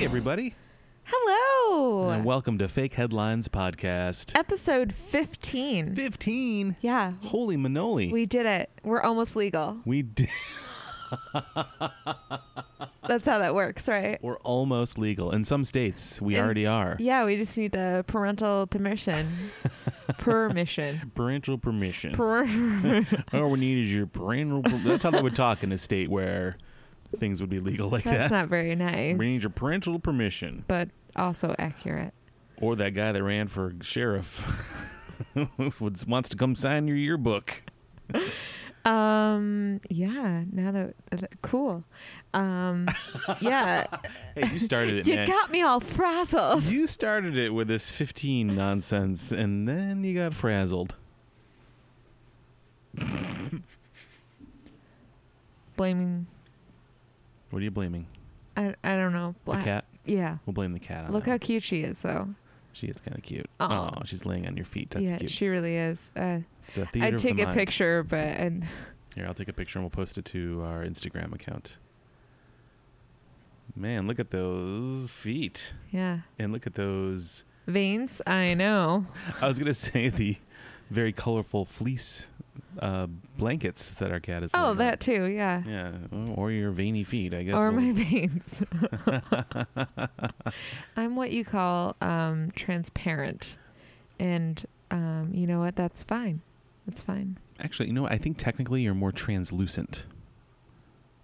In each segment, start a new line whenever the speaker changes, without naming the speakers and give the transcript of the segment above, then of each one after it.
everybody,
Hello.
and welcome to Fake Headlines Podcast.
Episode 15.
15.
Yeah,
Holy manoli.
we did it. We're almost legal.
We did.
That's how that works, right?
We're almost legal. In some states, we
In-
already are.
Yeah, we just need the parental permission. permission.
Parental permission.
Per-
All we need is your parental. Per- That's how they would talk in a state where things would be legal like that.
That's not very nice.
we need your parental permission.
but also accurate.
Or that guy that ran for sheriff would- wants to come sign your yearbook.
Um, yeah, now that, that- cool. Um, yeah,
Hey, you started it,
you
man.
got me all frazzled.
you started it with this 15 nonsense, and then you got frazzled.
Blaming
What are you blaming?
I, I don't know.
The
Bla-
cat? Uh,
Yeah.
We'll blame the cat on
Look
that.
how cute she is, though.
She is kind of cute.
Aw.
Oh, she's laying on your feet. That's
yeah,
cute.
she really is. Uh,
it's a theater
I'd
of
take
the
a
mind.
picture, but and
Here, I'll take a picture and we'll post it to our Instagram account. Man, look at those feet.
yeah,
And look at those.
veins. I know.
I was going to say the very colorful fleece uh, blankets that our cat is
Oh,
laying on.
that too. Yeah.
Yeah, or your veiny feet, I guess.
Or
we'll-
my veins. I'm what you call um, transparent, and um, you know what? That's fine. That's fine.
Actually, you know what? I think technically you're more translucent.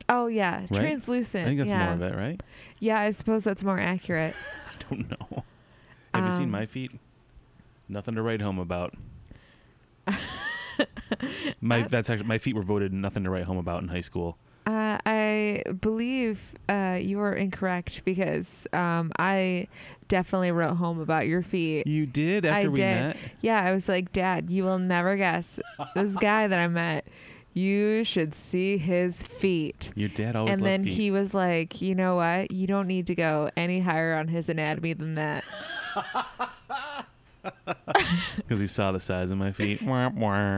Oh yeah,
Right?
translucent.
I think that's
Eh, yeah.
more of it, right?
Yeah, I suppose that's more accurate.
I don't know. Have you seen
Um,
my feet? Nothing to write home about. my that's actually my feet were voted nothing to write home about in high school.
Uh, I believe uh, you are incorrect because um, I definitely wrote home about your feet.
You did
after I we did. met? Yeah, I was like, Dad, you will never guess this guy that I met. You should see his feet.
Your dad always
And
loved
then
feet.
he was like, you know what? You don't need to go any higher on his anatomy than that.
because he saw the size of my feet.
Yeah,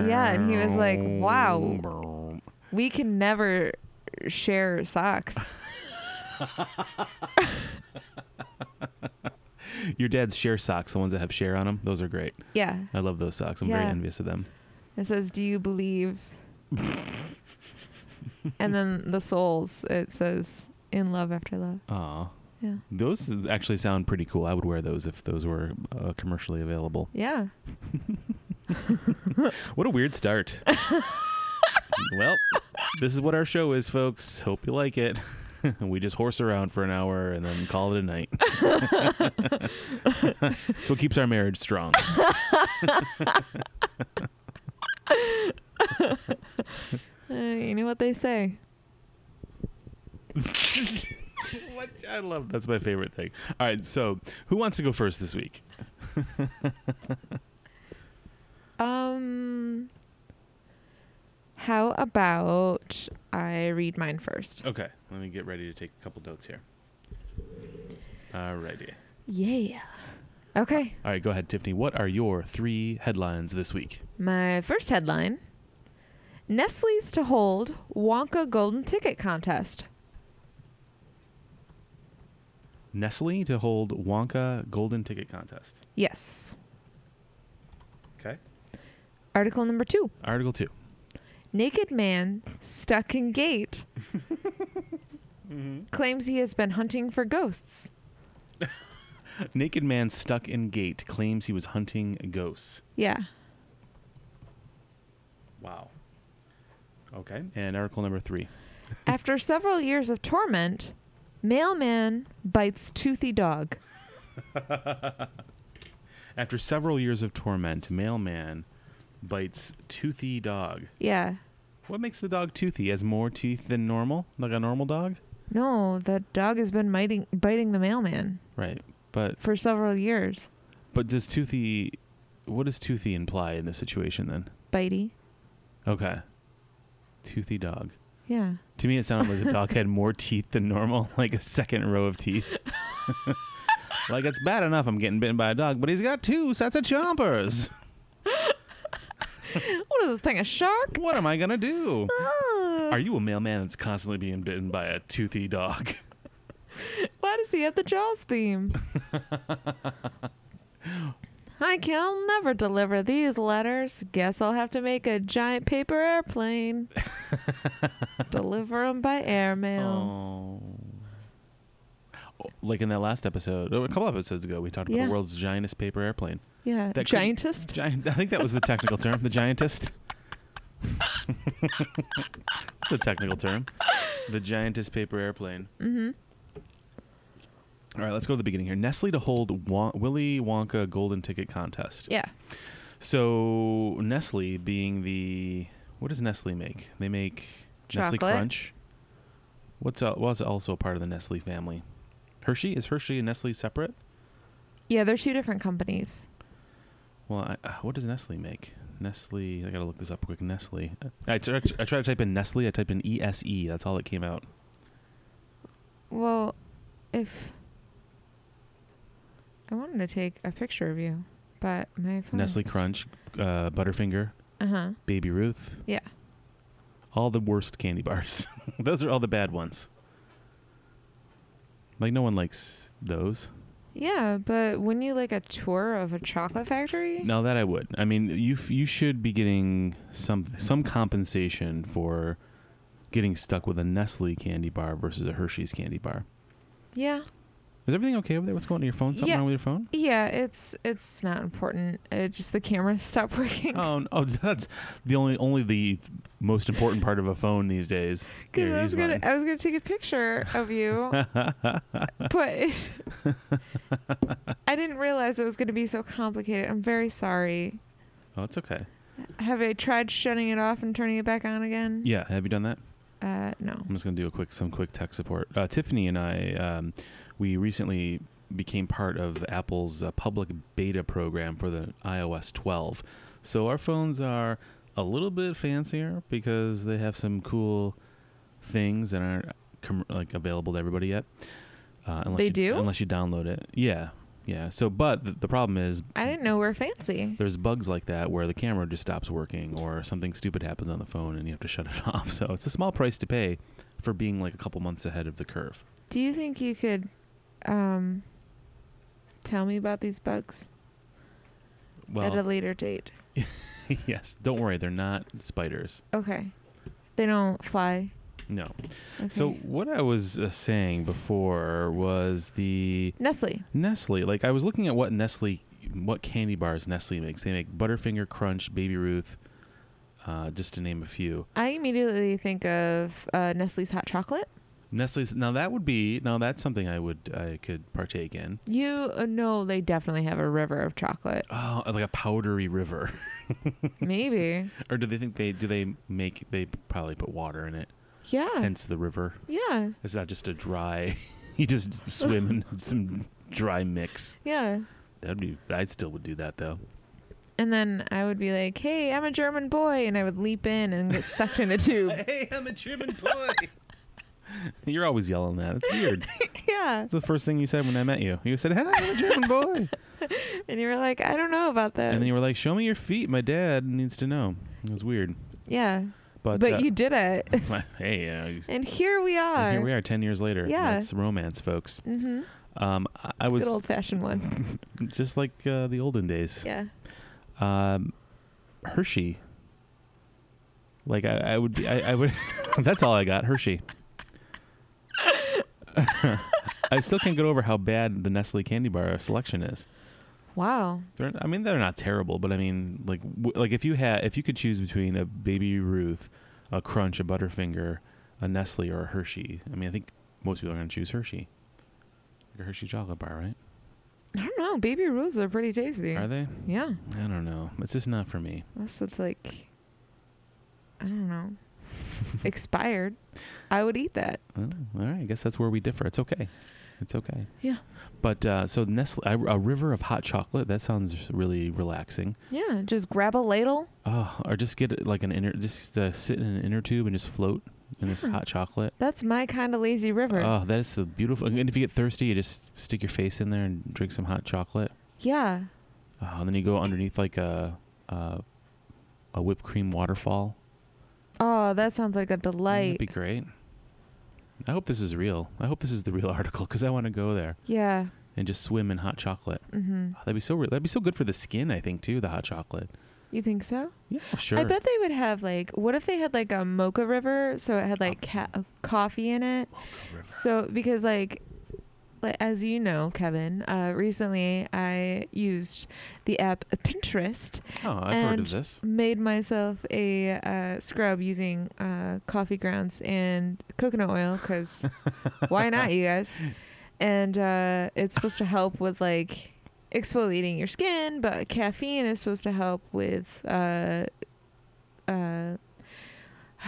yeah,
and he was like, wow. We can never share socks.
Your dad's share socks, the ones that have share on them, those are great.
Yeah.
I love those socks. I'm very
Yeah.
envious of them.
It says, "Do you believe?" and then the souls. It says, "In love after love."
Aw.
Yeah.
Those actually sound pretty cool. I would wear those if those were uh, commercially available.
Yeah.
What a weird start. well, this is what our show is, folks. Hope you like it. we just horse around for an hour and then call it a night. It's what keeps our marriage strong.
Uh, you know what they say.
what I love. That's my favorite thing. All right, so who wants to go first this week?
Um. How about I read mine first?
Okay, let me get ready to take a couple notes here. All righty.
Yeah. Okay.
All right, go ahead, Tiffany. What are your three headlines this week?
My first headline: Nestle's to hold Wonka Golden Ticket Contest.
Nestle to hold Wonka Golden Ticket Contest.
Yes.
Okay.
Article number two.
Article two.
Naked man stuck in gate claims he has been hunting for ghosts.
Naked man stuck in gate claims he was hunting ghosts.
Yeah.
Wow. Okay. And article number three.
After several years of torment, mailman bites toothy dog.
After several years of torment, mailman bites toothy dog.
Yeah.
What makes the dog toothy? Has more teeth than normal? Like a normal dog?
No, the dog has been biting, biting the mailman
Right. But
for several years.
but does toothy what does toothy imply in this situation then?
Bitey.
Okay. Toothy dog.
Yeah.
To me, it sounded like the dog had more teeth than normal, like a second row of teeth. like it's bad enough I'm getting bitten by a dog, but he's got two sets of chompers.
What is this thing, a shark?
What am I gonna do?
Ah.
Are you a mailman that's constantly being bitten by a toothy dog?
Why does he have the Jaws theme? I can never deliver these letters. Guess I'll have to make a giant paper airplane. deliver them by
Oh.
airmail.
Oh, Like in that last episode, oh, a couple episodes ago, we talked about
Yeah.
the world's giantest paper airplane.
yeah,
that could-
giantest.
Giant. I think that was the technical term. The giantest. it's a technical term. The giantest paper airplane.
mm-hmm.
All right, let's go to the beginning here. Nestle to hold Won- Willy Wonka Golden Ticket Contest.
Yeah,
So Nestle being the what does Nestle make? They make Nestle
Chocolate.
Crunch. What's el- was also part of the Nestle family? Hershey is Hershey and Nestle separate?
yeah, they're two different companies.
Well, I, uh, what does Nestle make? Nestle. I gotta look this up quick. Nestle. Uh, I tr- I tried to type in Nestle. I typed in E S E. That's all that came out.
Well, if I wanted to take a picture of you, but my phone
Nestle Crunch, uh, Butterfinger,
Uh huh.
Baby Ruth.
Yeah.
All the worst candy bars. those are all the bad ones. Like no one likes those.
Yeah, but wouldn't you like a tour of a chocolate factory?
Now that I would. I mean, you f- you should be getting some some compensation for getting stuck with a Nestle candy bar versus a Hershey's candy bar.
Yeah.
Is everything okay over there? What's going on with your phone? Something
Yeah.
wrong with your phone?
Yeah, it's it's not important. It just the camera stopped working because
Oh, n- oh, that's the only only the most important part of a phone these days. Here, use
I was gonna
mine.
I was gonna take a picture of you, but it, I didn't realize it was gonna be so complicated. I'm very sorry.
Oh, it's okay.
Have I tried shutting it off and turning it back on again?
Yeah, have you done that?
Uh, no.
I'm just gonna do a quick some quick tech support. Uh, Tiffany and I, um, we recently became part of Apple's uh, public beta program for the iOS 12. So our phones are a little bit fancier because they have some cool things that aren't com- like available to everybody yet. Uh, unless
They
you,
do?
unless you download it. Yeah, yeah. So, but the, the problem is
I didn't know we're fancy.
there's bugs like that where the camera just stops working or something stupid happens on the phone and you have to shut it off. So it's a small price to pay for being like a couple months ahead of the curve.
Do you think you could um tell me about these bugs at a
Well,
later date?
yes, don't worry, they're not spiders.
Okay. They don't fly.
No.
Okay.
So what I was uh, saying before was the
Nestle.
Nestle. Like I was looking at what Nestle, what candy bars Nestle makes. They make Butterfinger, Crunch, Baby Ruth, uh, just to name a few.
I immediately think of uh, Nestle's hot chocolate.
Nestle's now that would be now that's something I would I could partake in.
You uh, know they definitely have a river of chocolate.
Oh, like a powdery river.
Maybe.
Or do they think they do they make they probably put water in it,
Yeah.
hence the river?
yeah.
Is that just a dry? You just swim in some dry mix.
Yeah.
That'd be. I still would do that though.
And then I would be like, "Hey, I'm a German boy," and I would leap in and get sucked in a tube.
Hey, I'm a German boy. You're always yelling that. It's weird.
yeah.
That's the first thing you said when I met you. You said, "Hey, I'm a German boy,"
And you were like, "I don't know about that."
and then you were like, "Show me your feet. My dad needs to know." It was weird,
yeah.
but
But,
uh,
you did it.
hey, uh,
and here we are.
and here we are, ten years later.
Yeah.
that's romance, folks.
Mm-hmm.
Um, I, I was
Good old-fashioned one.
just like uh, the olden days.
yeah.
um, Hershey. Like I, I would, be, I, I would. that's all I got. Hershey. I still can't get over how bad the Nestle candy bar selection is.
Wow.
They're, I mean, they're not terrible, but I mean, like, w- like if you had, if you could choose between a Baby Ruth, a Crunch, a Butterfinger, a Nestle, or a Hershey, I mean, I think most people are going to choose Hershey. Like a Hershey chocolate bar, right?
I don't know. Baby rules are pretty tasty.
Are they?
Yeah.
I don't know. It's just not for me.
Unless it's like, I don't know, expired. I would eat that.
Oh, all right. I guess that's where we differ. It's okay. It's okay.
Yeah.
But uh, so Nestle, a, a river of hot chocolate. That sounds really relaxing.
Yeah, just grab a ladle.
Oh, or just get like an inner, just uh, sit in an inner tube and just float in this
Yeah.
hot chocolate.
That's my kind of lazy river.
Oh, that is the beautiful. And if you get thirsty, you just stick your face in there and drink some hot chocolate.
yeah.
Oh, and then you go underneath like a, a, a whipped cream waterfall.
Oh, that sounds like a
Wouldn't that
delight.
be great. I hope this is real. I hope this is the real article because I want to go there
Yeah.
and just swim in hot chocolate.
Mm-hmm.
Oh, that'd be so. Re- that'd be so good for the skin. I think too. The hot chocolate.
You think so?
Yeah, sure.
I bet they would have like, what if they had like a mocha river, so it had like ca- uh, coffee in it? So because like, like as you know, Kevin, uh, recently I used the app Pinterest,
Oh, I've heard
and-
of this.
made myself a uh, scrub using uh, coffee grounds and coconut oil because why not, you guys? And uh, it's supposed to help with like exfoliating your skin, but caffeine is supposed to help with. Uh, uh,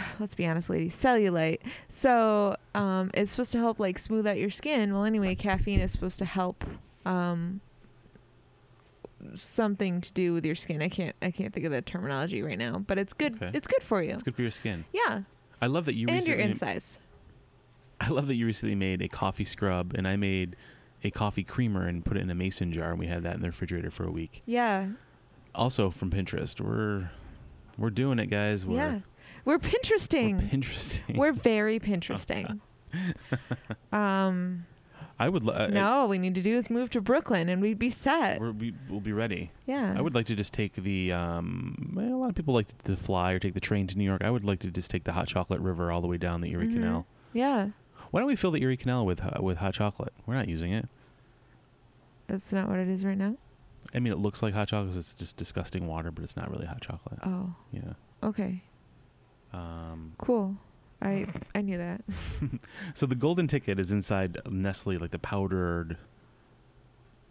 Let's be honest, ladies. Cellulite. So um, it's supposed to help like smooth out your skin. Well, anyway, caffeine is supposed to help um, something to do with your skin. I can't I can't think of the terminology right now, but it's good.
Okay.
It's good for you.
It's good for your skin.
Yeah,
I love that you
and your
recently.
insides.
I love that you recently made a coffee scrub, and I made a coffee creamer and put it in a mason jar, and we had that in the refrigerator for a week.
Yeah,
Also from Pinterest. We're we're doing it, guys. We're,
yeah. We're
we're
Pinteresting. We're,
Pinteresting.
very Pinteresting. um,
I would. lo- I-
no, all we need to do is move to Brooklyn, and we'd be set.
We're, we, we'll be ready.
Yeah,
I would like to just take the. Um, well, a lot of people like to, to fly or take the train to New York. I would like to just take the hot chocolate river all the way down the Erie
Mhm.
Canal.
Yeah,
Why don't we fill the Erie Canal with ho- with hot chocolate? We're not using it.
that's not what it is right now.
I mean, it looks like hot chocolate. 'cause It's just disgusting water, but it's not really hot chocolate.
Oh,
Yeah.
okay,
Um,
cool. I I knew that.
so the golden ticket is inside Nestle, like the powdered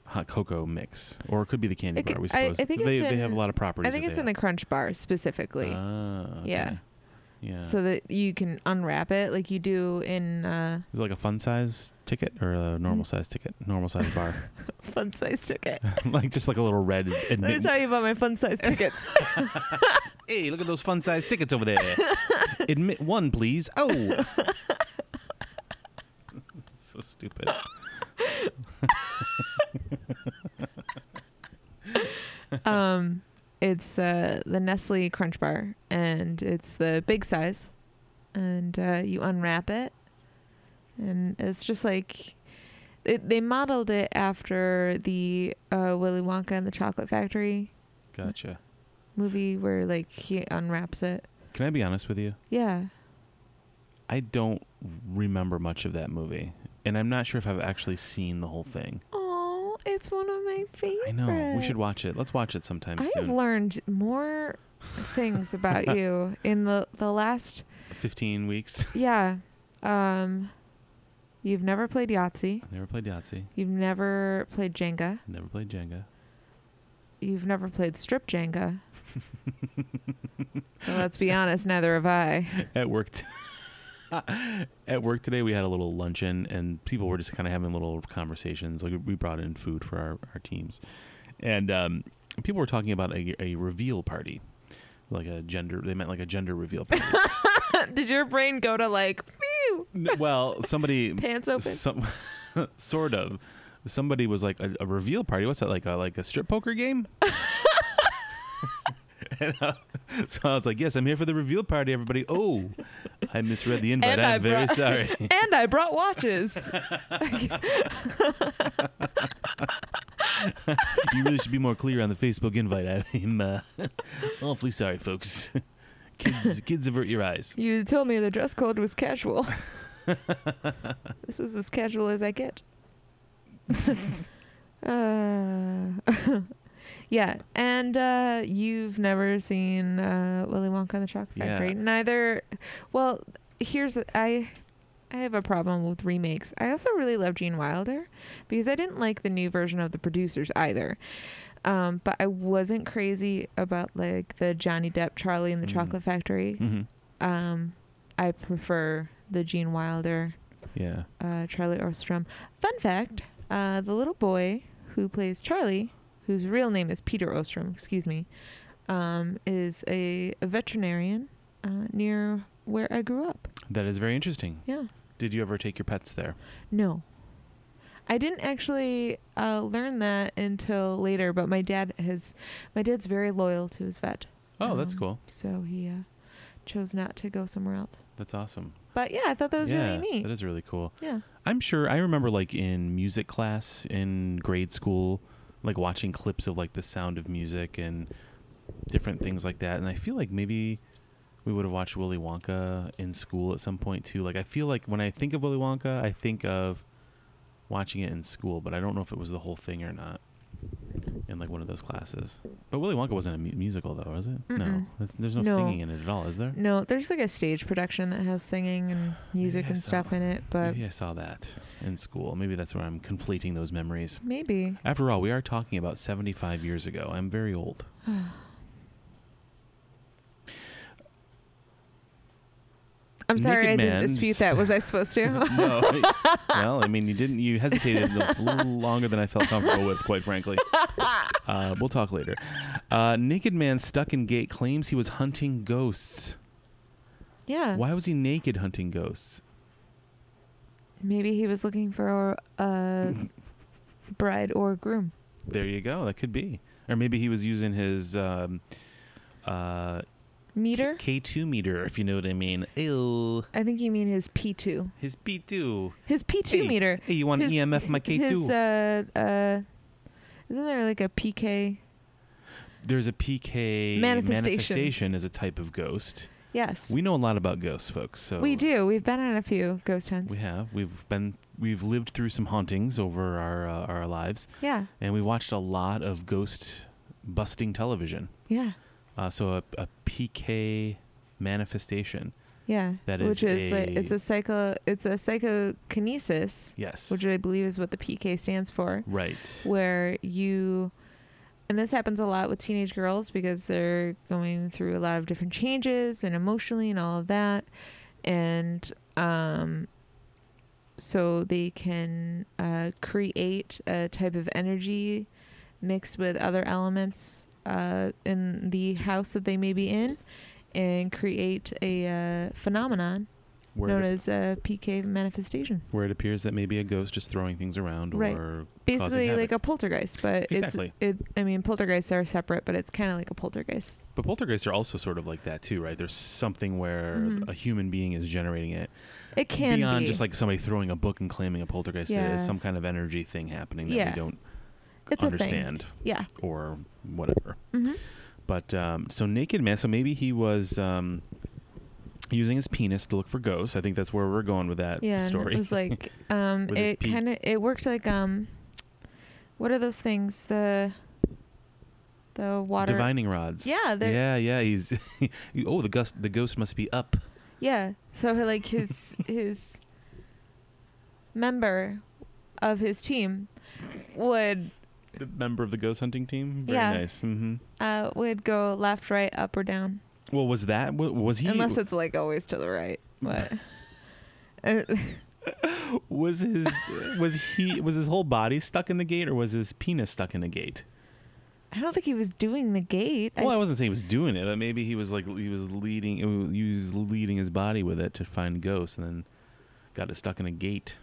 hot cocoa mix, or it could be the candy
It could-
bar. We
I- I
suppose
think
they
it's
they have a
in-
lot of properties.
I think
that
it's
they
in the Crunch Bar specifically.
have. Ah, okay.
Yeah.
Yeah.
So that you can unwrap it like you do in uh,
Is it like a fun size ticket or a normal
Mm.
size ticket? Normal size bar.
fun size ticket.
like just like a little red
Let me
admit.
tell you about my fun size tickets.
Hey, look at those fun size tickets over there. admit one, please. Oh. so stupid.
um, it's uh, the Nestle Crunch Bar, and it's the big size, and uh, you unwrap it, and it's just like it, they modeled it after the uh, Willy Wonka and the Chocolate Factory
Gotcha.
movie, where like he unwraps it.
Can I be honest with you?
Yeah,
I don't remember much of that movie, and I'm not sure if I've actually seen the whole thing.
oh, it's one of my favorites.
I know we should watch it. Let's watch it sometime
I have
soon.
learned more things about you in the the last
Fifteen weeks.
yeah. Um you've never played Yahtzee.
Never played Yahtzee.
You've never played Jenga.
Never played Jenga.
You've never played strip Jenga. Well, let's be honest, neither have I.
at work t- at work today we had a little luncheon and people were just kind of having little conversations like we brought in food for our, our teams and um, people were talking about a, a reveal party like a gender they meant like a gender reveal party
Did your brain go to like meow,
N- well somebody
pants open?
some, sort of somebody was like a, a reveal party what's that like a like a strip poker game And I- so I was like, "Yes, I'm here for the reveal party, everybody." Oh, I misread the invite.
And I
I'm very
brought-
sorry.
And I brought watches.
you really should be more clear on the Facebook invite. I'm uh, awfully sorry, folks. Kids, kids, avert your eyes.
You told me the dress code was casual. this is as casual as I get. uh, yeah, and uh, you've never seen uh, Willy Wonka and the Chocolate
Yeah.
Factory. Neither. Well, here's I. I have a problem with remakes. I also really love Gene Wilder because I didn't like the new version of the producers either. Um, but I wasn't crazy about like the Johnny Depp Charlie and the
Mhm.
Chocolate Factory
hmm
um, I prefer the Gene Wilder,
Yeah,
uh, Charlie Ostrom. Fun fact: uh, the little boy who plays Charlie, whose real name is Peter Ostrom, excuse me, um, is a, a veterinarian uh, near where I grew up.
that is very interesting.
Yeah,
Did you ever take your pets there?
no. I didn't actually uh, learn that until later, but my dad has, my dad's very loyal to his vet.
Oh, that's
Um,
cool.
So he uh, chose not to go somewhere else.
That's awesome.
But yeah, I thought that was
yeah,
really neat.
That is really cool.
yeah.
I'm sure I remember like in music class in grade school, like watching clips of like the sound of music and different things like that. And I feel like maybe we would have watched Willy Wonka in school at some point too. Like I feel like when I think of Willy Wonka, I think of watching it in school, but I don't know if it was the whole thing or not in like one of those classes. But Willy Wonka wasn't a mu- musical though, was it? No.
Mm-mm.
That's, there's no,
No.
singing in it at all, is there?
No, there's like a stage production that has singing and music
I
and
saw
stuff in it, but
maybe I saw that in school. Maybe that's where I'm conflating those memories.
maybe.
After all, we are talking about 75 years ago. I'm very old.
I'm sorry I
Naked
didn't
Man
dispute
just-
that. Was I supposed to?
no. well, I mean, you didn't. You hesitated a little longer than I felt comfortable with, quite frankly. Uh, we'll talk later. Uh, naked man stuck in gate claims he was hunting ghosts.
yeah.
Why was he naked hunting ghosts?
Maybe he was looking for a bride or groom.
There you go. That could be. Or maybe he was using his um, uh,
Meter?
K- K2 meter, if you know what I mean. Ew.
I think you mean his P2.
His B2.
His P2
Hey,
meter.
Hey, you want
His-
EMF my K2?
His, uh, uh, isn't there like a PK?
There's a PK
Manifestation.
manifestation as a type of ghost.
Yes.
We know a lot about ghosts, folks. So
We do. We've been on a few ghost hunts.
We have. We've been. We've lived through some hauntings over our uh, our lives,
yeah.
and we watched a lot of ghost busting television.
Yeah.
Uh, so a, a PK manifestation.
Yeah.
That
Which
is
is, like
a-
it's a psycho it's a psychokinesis,
Yes.
which I believe is what the PK stands for.
right.
where you and this happens a lot with teenage girls because they're going through a lot of different changes and emotionally and all of that and um so they can uh, create a type of energy mixed with other elements uh, in the house that they may be in and create a uh, phenomenon
Where
known
it,
as a PK manifestation.
where it appears that maybe a ghost is throwing things around,
Right.
or
basically
havoc.
like a poltergeist, but
Exactly.
it's it. I mean, poltergeists are separate, but it's kind of like a poltergeist.
but poltergeists are also sort of like that too, right? There's something where
Mhm.
a human being is generating it.
It can
beyond
be
just like somebody throwing a book and claiming a poltergeist
Yeah.
is some kind of energy thing happening that
Yeah.
we don't
it's
understand
A thing. Yeah.
or whatever.
hmm
But um, so naked man. So maybe he was um, using his penis to look for ghosts. I think that's where we're going with that
Yeah. and
story.
It was like um,
With his
it
peep.
kind of it worked like um, what are those things? The the water.
divining rods.
Yeah. they're-
yeah, yeah. He's oh the ghost. The ghost must be up.
Yeah. So like his his member of his team would
The member of the ghost hunting team. Very
Yeah.
nice. hmm
uh, would go left, right, up, or down.
Well, was that wa- was he?
Unless it's like always to the right. But
was his was he was his whole body stuck in the gate or was his penis stuck in the gate?
I don't think he was doing the gate.
Well, I
I,
wasn't saying he was doing it, but maybe he was like he was leading he was leading his body with it to find ghosts, and then got it stuck in a gate.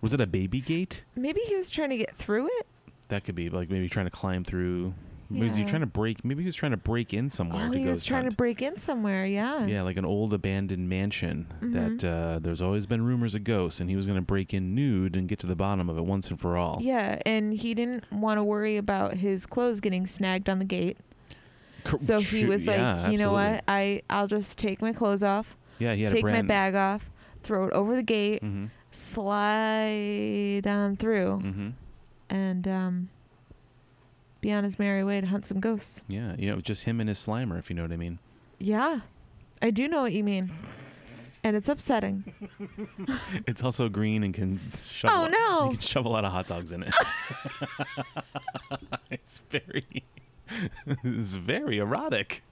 Was it a baby gate?
maybe he was trying to get through it.
That could be like maybe trying to climb through. Was he
Yeah.
trying to break? Maybe he was trying to break in somewhere.
Oh,
to
he
go
was trying to break in Mm-hmm. somewhere. Yeah.
Yeah, like an old abandoned mansion that uh, there's always been rumors of ghosts, and he was going to break in nude and get to the bottom of it once and for all.
Yeah, and he didn't want to worry about his clothes getting snagged on the gate.
Cor-
So he
shoot,
was like,
yeah,
you know
absolutely.
what? I I'll just take my clothes off,
Yeah, he had a
take my
brand.
bag off, throw it over the gate,
hmm
slide on through
hmm
and um be on his merry way to hunt some ghosts.
Yeah, you know, just him and his Slimer, if you know what I mean.
Yeah. I do know what you mean. And it's upsetting.
It's also green and can shovel.
Oh, no.
You can shove a lot of hot dogs in it. it's very, it's very erotic.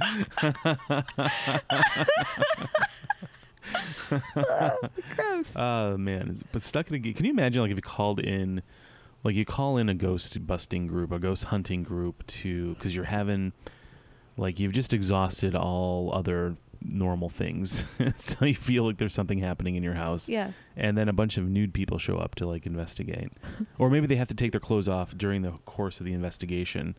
Gross.
Oh man! It's- But stuck in a gate. Can you imagine, like, if you called in, like, you call in a ghost busting group, a ghost hunting group, to because you're having, like, you've just exhausted all other normal things, so you feel like there's something happening in your house.
Yeah.
and then a bunch of nude people show up to like investigate or maybe they have to take their clothes off during the course of the investigation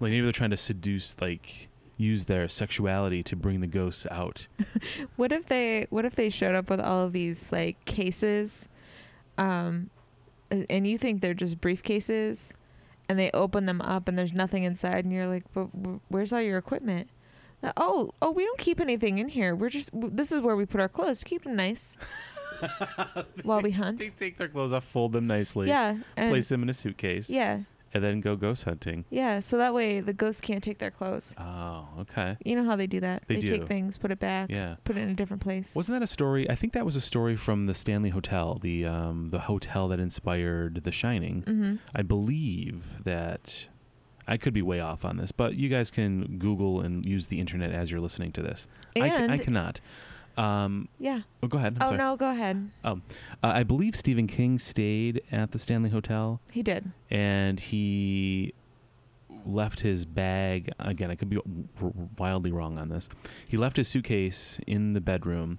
like maybe they're trying to seduce like use their sexuality to bring the ghosts out.
What if they what if they showed up with all of these like cases um a- and you think they're just briefcases and they open them up and there's nothing inside and you're like but wh- where's all your equipment? Uh, Oh, oh, we don't keep anything in here. We're just w- this is where we put our clothes to keep them nice while we hunt.
They take their clothes off, fold them nicely,
Yeah, and
place them in a suitcase,
yeah,
and then go ghost hunting.
yeah. So that way the ghosts can't take their clothes.
Oh, okay.
You know how they do that?
They do.
take things, put it back,
Yeah.
put it in a different place.
Wasn't that a story? I think that was a story from the Stanley Hotel, the um, the hotel that inspired The Shining.
Mm-hmm.
I believe that I could be way off on this, but you guys can Google and use the internet as you're listening to this. I, c-
And
I cannot. Um,
yeah.
oh, go ahead. I'm
oh
sorry.
no, go ahead.
Uh, I believe Stephen King stayed at the Stanley Hotel
He did.
and he left his bag. Again, I could be w- w- wildly wrong on this. He left his suitcase in the bedroom,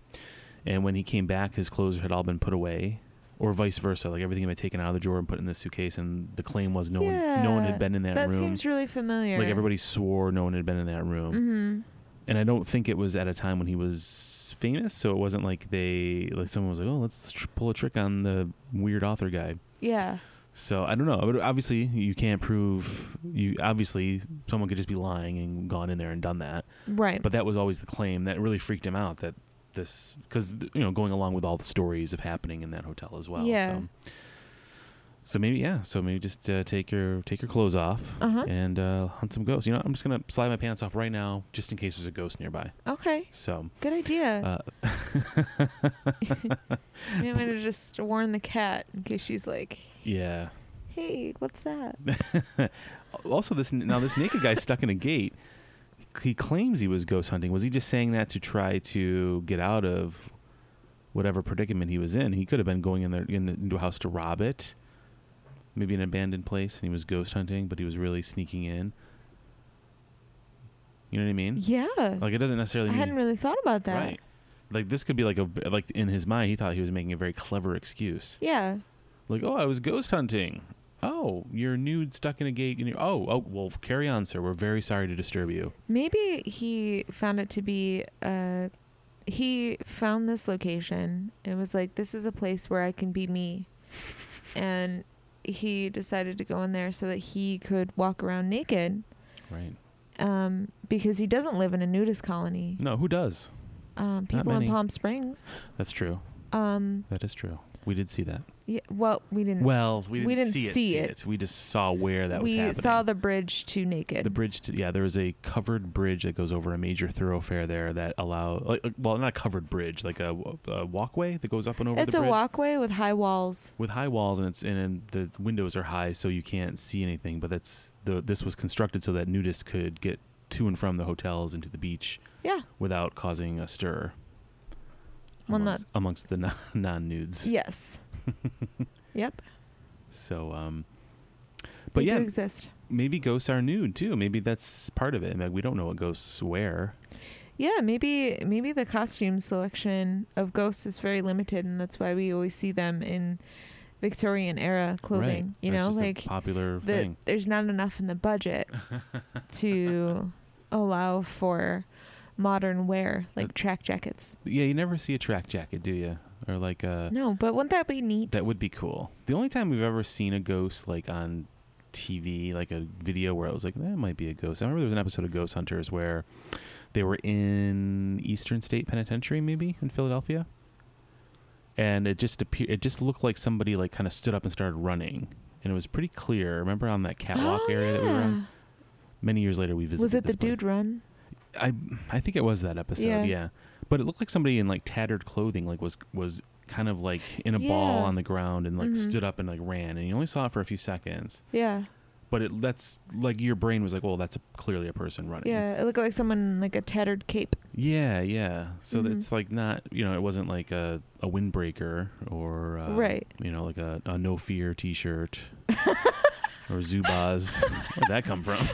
and when he came back, his clothes had all been put away. Or vice versa, like everything had been taken out of the drawer and put in the suitcase, and the claim was no one, no one
Yeah,
had been in that,
That
room.
seems really familiar.
Like everybody swore no one had been in that room.
Mm-hmm.
And I don't think it was at a time when he was famous, so it wasn't like they like someone was like, "Oh, let's tr- pull a trick on the weird author guy."
Yeah.
So I don't know. But obviously, you can't prove you obviously someone could just be lying and gone in there and done that.
Right.
But that was always the claim that really freaked him out that this cuz you know, going along with all the stories of happening in that hotel as well.
Yeah.
So so maybe yeah. So maybe just uh, take your take your clothes off
Uh-huh.
and uh, hunt some ghosts. You know, I'm just gonna slide my pants off right now, just in case there's a ghost nearby.
okay.
So
Good idea.
uh,
I might have just warned the cat in case she's like,
yeah.
"Hey, what's that?"
Also, this now this naked guy stuck in a gate. He claims he was ghost hunting. Was he just saying that to try to get out of whatever predicament he was in? He could have been going in there in, into a house to rob it, maybe an abandoned place, and he was ghost hunting, but he was really sneaking in. You know what I mean?
Yeah.
Like it doesn't necessarily
I
mean
hadn't really thought about that.
right. Like this could be like a like in his mind he thought he was making a very clever excuse.
Yeah.
Like, oh, I was ghost hunting. Oh, you're nude, stuck in a gate, and you're oh, oh, well, carry on, sir. We're very sorry to disturb you.
Maybe he found it to be uh he found this location and was like this is a place where I can be me. And he decided to go in there so that he could walk around naked
Right?
um because he doesn't live in a nudist colony.
No, who does?
Um people in
many.
Palm Springs.
That's true.
Um
That is true. We did see that.
yeah, well we didn't
Well, we didn't,
Hmm. We didn't
see, it,
see
see
it.
it. We just saw where that was
we
happening.
saw the bridge to naked.
the bridge. To, yeah, there was a covered bridge that goes over a major thoroughfare there that allow like uh, well, not a covered bridge, like a, a walkway that goes up and over.
it's
the
a
bridge.
walkway with high walls.
with high walls and it's and, and the windows are high so you can't see anything but that's the this was constructed so that nudists could get to and from the hotels and to the beach
Yeah.
without causing a stir
Well, not-
amongst, amongst the non- non-nudes
Yes. yep.
so um but
they
yeah
do exist.
maybe ghosts are nude too maybe that's part of it like we don't know what ghosts wear
Yeah, maybe maybe the costume selection of ghosts is very limited, and that's why we always see them in Victorian era clothing.
right
You
That's
know,
just a
like
popular
the,
thing
there's not enough in the budget to allow for modern wear, like track jackets.
yeah you never see a track jacket do you or like a
No, but wouldn't that be neat?
That would be cool. The only time we've ever seen a ghost like on TV, like a video where I was like, that might be a ghost. I remember there was an episode of Ghost Hunters where they were in Eastern State Penitentiary, maybe in Philadelphia, and it just appeared. It just looked like somebody like kind of stood up and started running, and it was pretty clear. Remember on that catwalk
Oh,
area that we were in?
yeah.
Many years later, we visited.
Was it the
this place.
dude run?
I I think it was that episode.
Yeah.
Yeah. But it looked like somebody in like tattered clothing, like was was kind of like in a ball
Yeah.
on the ground and like
Mhm.
stood up and like ran, and you only saw it for a few seconds.
Yeah,
But it that's like your brain was like, well, that's a, clearly a person running.
yeah. It looked like someone in, like a tattered cape.
Yeah, yeah. So
Mhm.
it's like not you know it wasn't like a a windbreaker or uh,
Right.
You know like a, a no fear T shirt or Zubaz. Where'd that come from?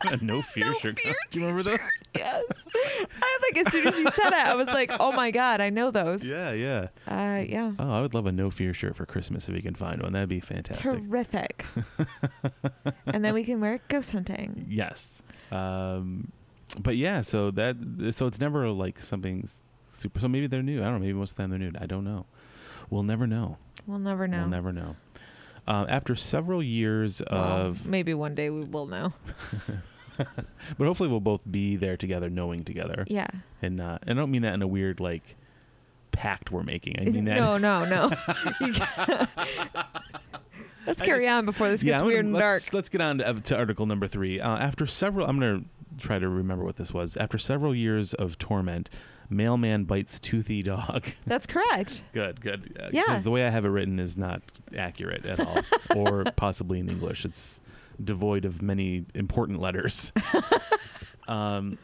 a no fear
No
shirt.
fear
Do you remember those?
Yes, I like as soon as you said it, I was like, oh my god, I know those.
Yeah, yeah.
Uh, yeah.
Oh, I would love a no fear shirt for Christmas if you can find one. That'd be fantastic.
Terrific. and then we can wear it ghost hunting.
yes. Um, but yeah, so that so it's never like something s- super. So maybe they're nude. I don't know. Maybe most of them are nude. I don't know. We'll never know.
We'll never know.
We'll never know. Uh, after several years
Well,
of,
maybe one day we will know.
but hopefully we'll both be there together, knowing together,
Yeah.
and not. And I don't mean that in a weird like pact we're making. I mean that.
no, no, no. You can't- Let's
I
carry
just-
on before this
yeah,
gets
I'm gonna-
weird and dark.
let's, Let's get on to, to article number three. Uh, after several, I'm going to try to remember what this was. After several years of torment, mailman bites toothy dog.
That's correct.
Good, good. Uh,
Yeah.
Because the way I have it written is not accurate at all, or possibly in English. It's devoid of many important letters. um,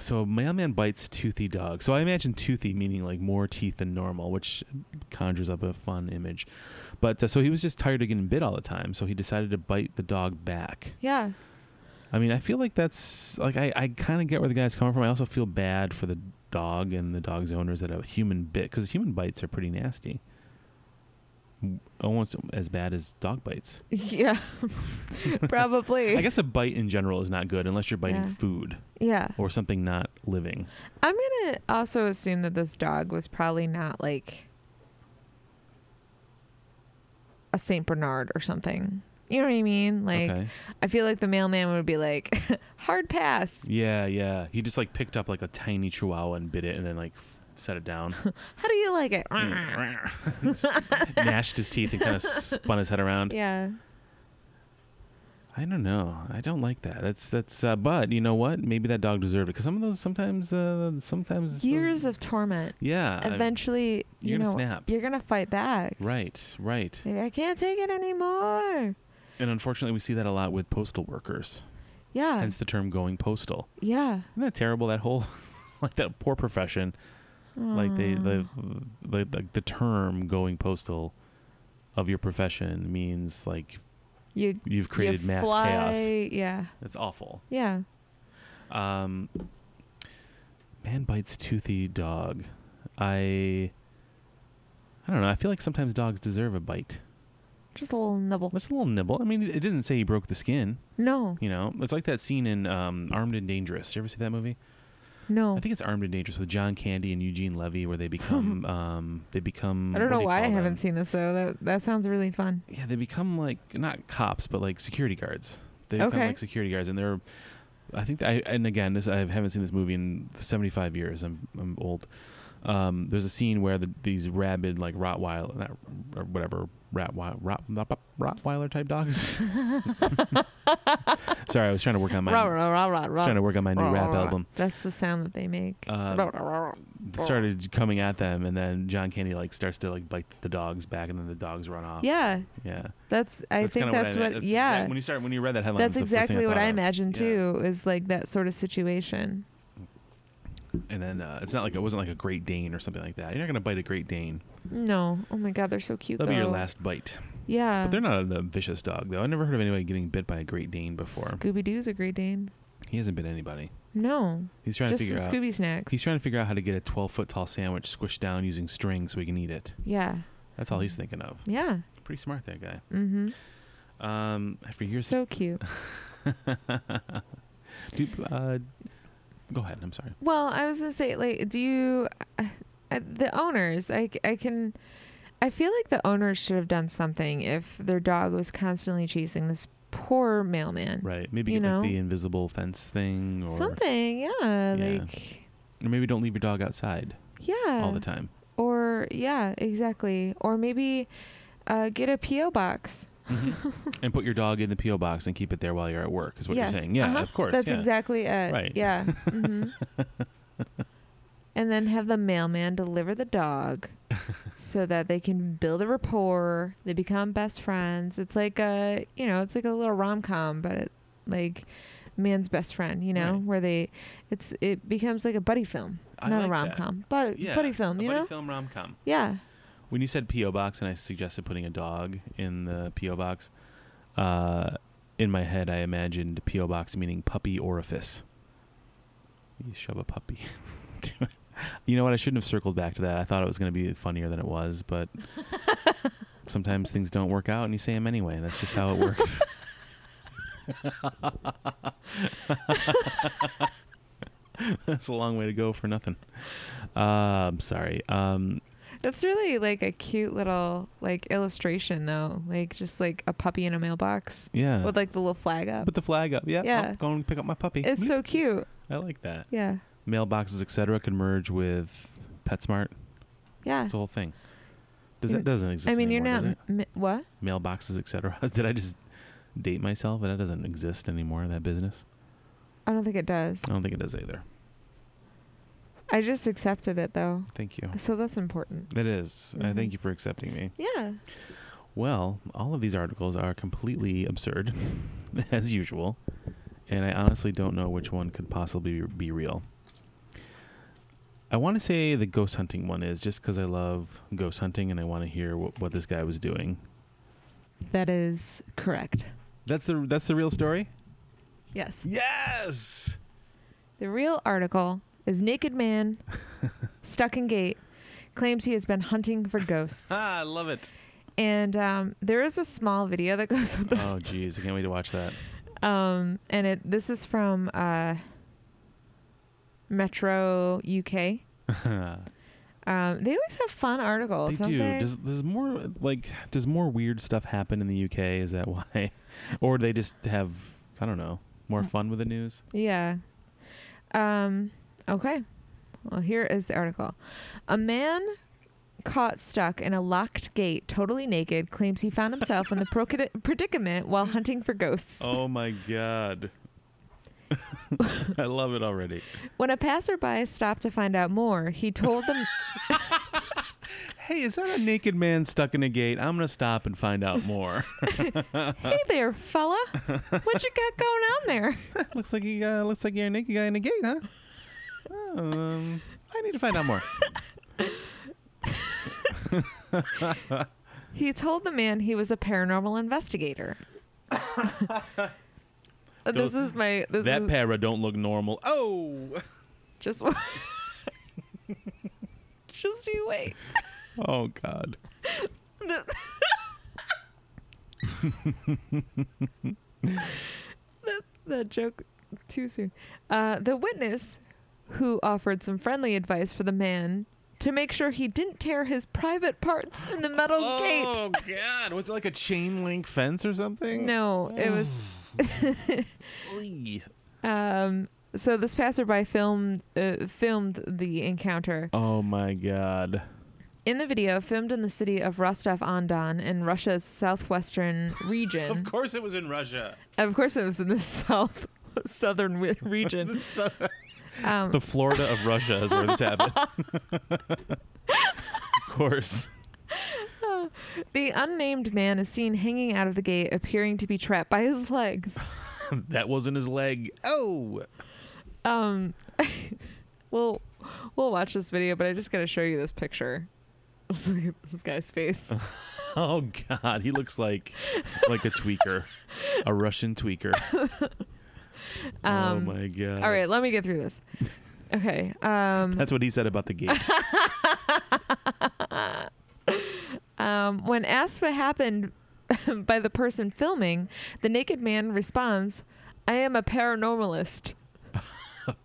so, mailman bites toothy dog. So, I imagine toothy meaning like more teeth than normal, which conjures up a fun image. But uh, so he was just tired of getting bit all the time, so he decided to bite the dog back.
Yeah.
I mean, I feel like that's like I, I kind of get where the guy's coming from. I also feel bad for the dog and the dog's owners that a human bit because human bites are pretty nasty, M- almost as bad as dog bites.
Yeah. Probably.
I guess a bite in general is not good unless you're biting
Yeah.
food
Yeah.
or something not living.
I'm going to also assume that this dog was probably not like a St. Bernard or something. You know what I mean? Like,
okay.
I feel like the mailman would be like, hard pass.
Yeah, yeah. He just like picked up like a tiny chihuahua and bit it, and then like f- set it down,
How do you like it?
Mm, gnashed his teeth, and kind of spun his head around.
yeah.
I don't know. I don't like that. That's that's. Uh, but you know what? Maybe that dog deserved it because some of those sometimes uh, sometimes those-
Years of torment.
yeah. I-
Eventually,
Uh, you're
you
gonna
know,
snap.
you're going to fight back.
Right, right.
Like, I can't take it anymore.
And unfortunately, we see that a lot with postal workers.
Yeah.
Hence the term "going postal."
yeah.
Isn't that terrible? That whole like that poor profession. Like they
Aw.
the
Mm.
the like the term "going postal" of your profession means like
you you
you've created mass
fly-
chaos.
Yeah.
That's awful.
Yeah.
Um, man bites toothy dog. I. I don't know. I feel like sometimes dogs deserve a bite.
Just a little nibble.
Just a little nibble. I mean, it it didn't say he broke the skin.
No.
You know, it's like that scene in um, Armed and Dangerous. You ever see that movie?
No.
I think it's Armed and Dangerous with John Candy and Eugene Levy, where they become um, they become.
I don't
what
know
do you
why I
call
haven't
them?
seen this though. That that sounds really fun.
yeah, they become like not cops, but like security guards. They become
Okay.
like security guards, and they're. I think I and again this I haven't seen this movie in 75 years. I'm I'm old. Um, there's a scene where the, these rabid like Rottweiler, not, or whatever Rottweiler, Rott, Rott, Rottweiler type dogs. Sorry, I was trying to work on my
Rah, rah, rah, rah,
I was
rah,
trying to work on my new
rah,
rap
rah.
album.
That's the sound that they make.
Um,
Rah, rah, rah, rah.
Started coming at them, and then John Candy like starts to like bite the dogs back, and then the dogs run off.
Yeah,
yeah.
that's. I
oh. That's
think
kinda
that's
I meant.
what. yeah,
exact- when you start when you read that headline,
that's
the first thing
exactly what
thought
I
of.
imagine
Yeah.
too. Is like that sort of situation.
And then uh, it's not like it wasn't like a Great Dane or something like that. You're not gonna bite a Great Dane.
No. Oh my God, they're so cute.
That'll
though.
be your last bite.
Yeah.
But they're not a, a vicious dog though. I never heard of anybody getting bit by a Great Dane before.
Scooby Doo's a Great Dane.
he hasn't bit anybody.
No,
He's trying
just
to
some
figure out.
Scooby snacks.
He's trying to figure out how to get a 12 foot tall sandwich squished down using string so he can eat it.
yeah.
That's
Mm.
all he's thinking of.
Yeah.
Pretty smart that guy.
Mm-hmm.
Um, after years.
So cute.
do, uh, go ahead. I'm sorry.
Well, I was gonna say, like, do you I, I- the owners? I I can. I feel like the owners should have done something if their dog was constantly chasing this poor mailman.
Right. Maybe
You
get
know?
like the invisible fence thing or
Something, yeah,
Yeah.
like,
Or maybe don't leave your dog outside
yeah,
all the time.
or yeah, exactly, or maybe uh, get a PO box. Mm-hmm.
and put your dog in the P.O. box and keep it there while you're at work, is what
Yes.
you're saying. Yeah,
Uh-huh.
of course.
That's
yeah.
exactly it.
Right.
Yeah. hmm and then have the mailman deliver the dog so that they can build a rapport. They become best friends. It's like a, you know, it's like a little rom com, but it, like man's best friend, you know,
Right.
where they, it's, it becomes like a buddy film,
I
not a
like
rom
that.
com, but
Yeah,
buddy film,
a
you
buddy
know?
film rom com.
Yeah.
When you said P.O. box and I suggested putting a dog in the P.O. box, uh, in my head I imagined P.O. box meaning puppy orifice. You shove a puppy. into it. you know what? I shouldn't have circled back to that. I thought it was going to be funnier than it was, but sometimes things don't work out and you say them anyway. That's just how it works. That's a long way to go for nothing. Uh, I'm sorry. Um,
That's really like a cute little like illustration though. Like just like a puppy in a mailbox
yeah.
with like the little flag up.
Put the flag up. Yeah.
Yeah.
I'll go and pick up my puppy.
It's so cute.
I like that.
Yeah.
Mailboxes, etc., could merge with PetSmart.
Yeah.
It's the whole thing. Does
You're-
that doesn't exist?
I mean, you're
anymore, does
not
it?
m- what?
mailboxes, etc. Did I just date myself? That doesn't exist anymore. That business.
I don't think it does.
I don't think it does either.
I just accepted it though.
Thank you.
So that's important.
That is. I
Mhm.
thank you for accepting me.
Yeah.
Well, all of these articles are completely absurd, as usual, and I honestly don't know which one could possibly be real. I want to say the ghost hunting one is just because I love ghost hunting and I want to hear what, what this guy was doing.
That is correct.
That's the that's the real story.
Yes.
Yes.
The real article is naked man stuck in gate claims he has been hunting for ghosts.
Ah, I love it.
and um, there is a small video that goes with this.
Oh, geez, I can't wait to watch that.
Um, and it this is from uh, Metro UK. Um, they always have fun
they
articles. don't
do.
They?
Does does more like does more weird stuff happen in the UK? Is that why, or they just have I don't know more fun with the news?
Yeah. Um, okay. Well, here is the article. A man caught stuck in a locked gate, totally naked, claims he found himself in the procad- predicament while hunting for ghosts.
Oh my god. I love it already.
When a passerby stopped to find out more, he told them
Hey, is that a naked man stuck in a gate? I'm gonna stop and find out more.
Hey there, fella. What you got going on there?
looks like you uh, looks like you're a naked guy in a gate, huh? Um, I need to find out more.
He told the man he was a paranormal investigator. this is my this
that
is
para don't look normal. Oh,
just just you wait.
oh god.
The, that, that joke too soon. Uh, the witness who offered some friendly advice for the man to make sure he didn't tear his private parts in the metal gate.
Oh god, was it like a chain link fence or something?
No, it was.
Oy.
Um, so this passerby filmed uh, filmed the encounter.
Oh my god.
In the video, filmed in the city of Rostov on Don in Russia's southwestern region.
Of course it was in Russia.
Of course it was in the south southern wi- region. Um,
The Florida of Russia is where this happened. of course.
the unnamed man is seen hanging out of the gate, appearing to be trapped by his legs.
That wasn't his leg. Oh.
Um, we'll we'll watch this video, but I just gotta show you this picture. Just look at this guy's face.
Oh god, he looks like like a tweaker. A Russian tweaker. oh
Um,
my god.
All right, let me get through this. Okay. Um,
That's what he said about the gate.
um, when asked what happened by the person filming, the naked man responds, I am a paranormalist.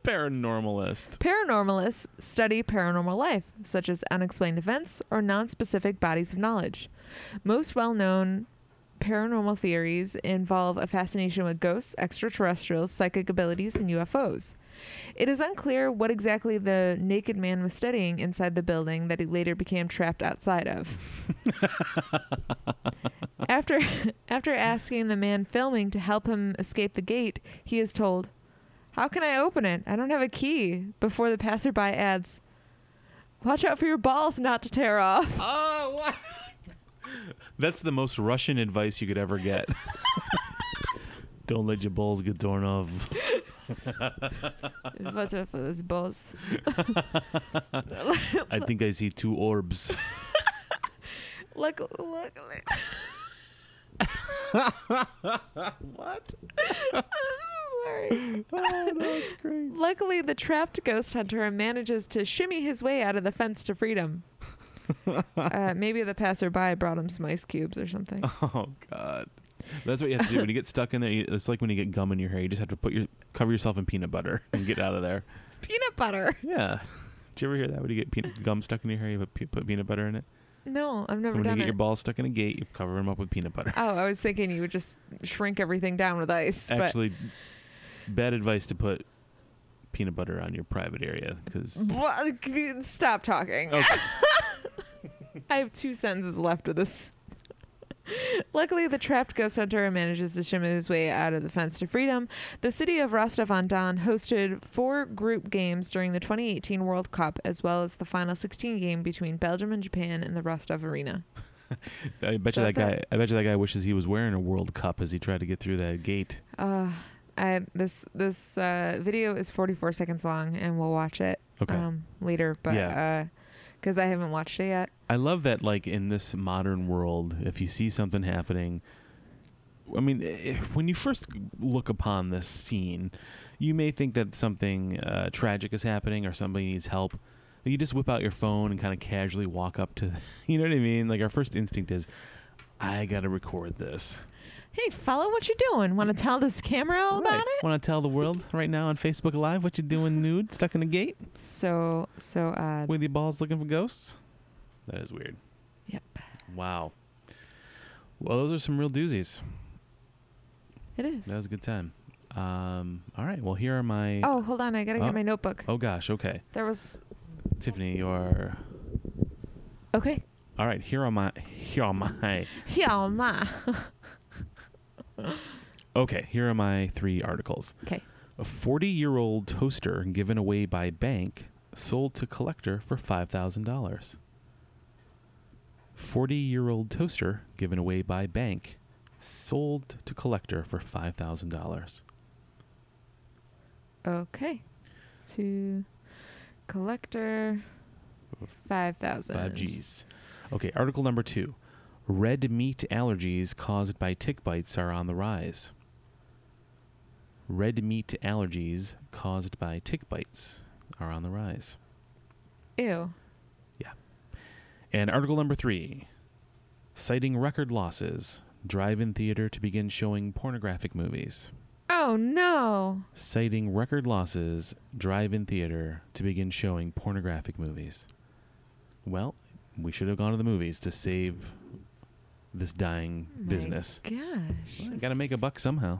Paranormalist.
Paranormalists study paranormal life, such as unexplained events or non specific bodies of knowledge. Most well known paranormal theories involve a fascination with ghosts, extraterrestrials, psychic abilities, and UFOs. It is unclear what exactly the naked man was studying inside the building that he later became trapped outside of. after after asking the man filming to help him escape the gate, he is told, how can I open it? I don't have a key. Before the passerby adds, Watch out for your balls not to tear off.
Oh, what? That's the most Russian advice you could ever get. Don't let your balls get torn off.
Watch out for those balls.
I think I see two orbs.
Look, look, look.
What?
I'm so sorry.
Oh, that's great.
Luckily, the trapped ghost hunter manages to shimmy his way out of the fence to freedom. uh, maybe the passerby brought him some ice cubes or something.
Oh God. That's what you have to do when you get stuck in there. you- It's like when you get gum in your hair. You just have to put your cover yourself in peanut butter and get out of there.
peanut butter.
Yeah. Did you ever hear that? When you get peanut gum stuck in your hair, you put, pe- put peanut butter in it.
No, I've
And
never
when you
done
get
it.
your balls stuck in a gate, you cover them up with peanut butter.
oh, I was thinking you would just shrink everything down with ice,
Actually, bad advice to put peanut butter on your private area because.
but Well, stop talking.
Okay.
I have two sentences left of this. Luckily, the trapped ghost hunter manages to shimmy his way out of the fence to freedom. The city of Rostov on Don hosted four group games during the 2018 World Cup, as well as the final 16 game between Belgium and Japan in the Rostov Arena.
I bet
So
you that
that's
guy. I bet you that guy wishes he was wearing a World Cup as he tried to get through that gate.
Uh, I, this this uh, video is 44 seconds long, and we'll watch it
Okay.
um, later, but because I haven't watched it yet.
I love that, like in this modern world, if you see something happening, I mean, eh, when you first look upon this scene, you may think that something uh, tragic is happening or somebody needs help. You just whip out your phone and kind of casually walk up to, you know what I mean? Like our first instinct is, I gotta record this.
Hey, follow what you're doing. Want to tell this camera all about it?
Want to tell the world right now on Facebook Live what you doing nude, stuck in a gate
So so uh
with your balls looking for ghosts? That is weird.
Yep.
Wow. Well, those are some real doozies.
it is.
That was a good time. Um, all right. Well, here are my.
Oh, hold on, I gotta
Oh.
get my notebook.
Oh, gosh. Okay,
There was
Tiffany, you're.
okay.
All right. Here are my. Here are my.
Yeah, oh ma.
Okay. Here are my three articles.
Okay.
A 40-year-old toaster given away by bank, sold to collector for five thousand dollars. 40-year-old toaster given away by bank, sold to collector for five thousand dollars.
Okay. To collector five thousand.
Five Gs. Okay, article number two. Red meat allergies caused by tick bites are on the rise. Red meat allergies caused by tick bites are on the rise.
Ew.
And article number three. Citing record losses, drive in theater to begin showing pornographic movies.
Oh no.
Citing record losses, drive in theater to begin showing pornographic movies. Well, we should have gone to the movies to save this dying
My
business.
Gosh.
Well, Got to make a
that's-
buck somehow.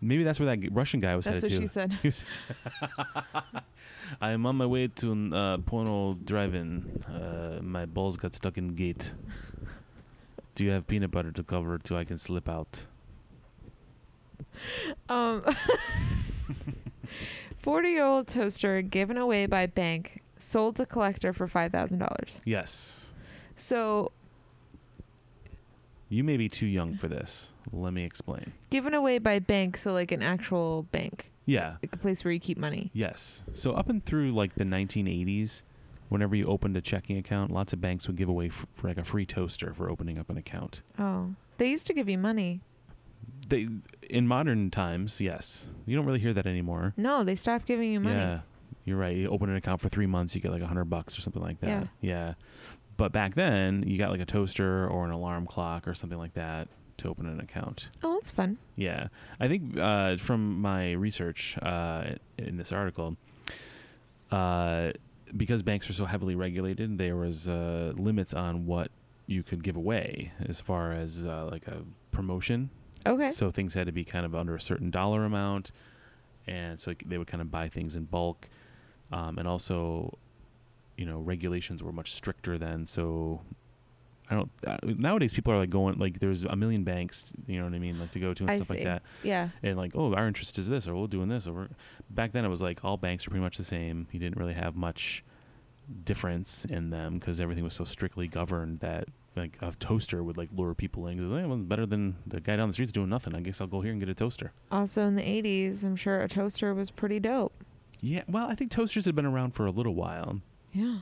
Maybe that's where that g- Russian guy was
That's what
headed
she
to.
said.
He was- I am on my way to uh, porno drive-in. Uh, my balls got stuck in gate. Do you have peanut butter to cover so I can slip out?
Um, 40 year old toaster given away by bank, sold to collector for $5,000.
Yes.
So,
You may be too young for this. Let me explain.
given away by bank, so like an actual bank,
Yeah.
like a place where you keep money.
Yes. So up and through like the 1980s, whenever you opened a checking account, lots of banks would give away f- for like a free toaster for opening up an account.
Oh, they used to give you money.
They in modern times, yes. You don't really hear that anymore.
No, they stopped giving you money.
Yeah. You're right. You open an account for 3 months, you get like 100 bucks or something like that.
Yeah.
yeah. But back then, you got like a toaster or an alarm clock or something like that to open an account.
Oh, that's fun.
Yeah, I think uh, from my research uh, in this article, uh, because banks are so heavily regulated, there was uh, limits on what you could give away as far as uh, like a promotion.
Okay.
So things had to be kind of under a certain dollar amount, and so they would kind of buy things in bulk, um, and also, you know, regulations were much stricter then. So. I don't. uh, Nowadays, people are like going like there's a million banks. You know what I mean, like to go to and
I
stuff
see.
like that
yeah.
and like, oh, our interest is this, or we'll doing this, or we're... back then it was like all banks are pretty much the same. You didn't really have much difference in them because everything was so strictly governed that like a toaster would like lure people in because hey, well, it's better than the guy down the street's doing nothing. I guess I'll go here and get a toaster.
Also, in the 80s, I'm sure a toaster was pretty dope.
Yeah, well, I think toasters had been around for a little while,
Yeah.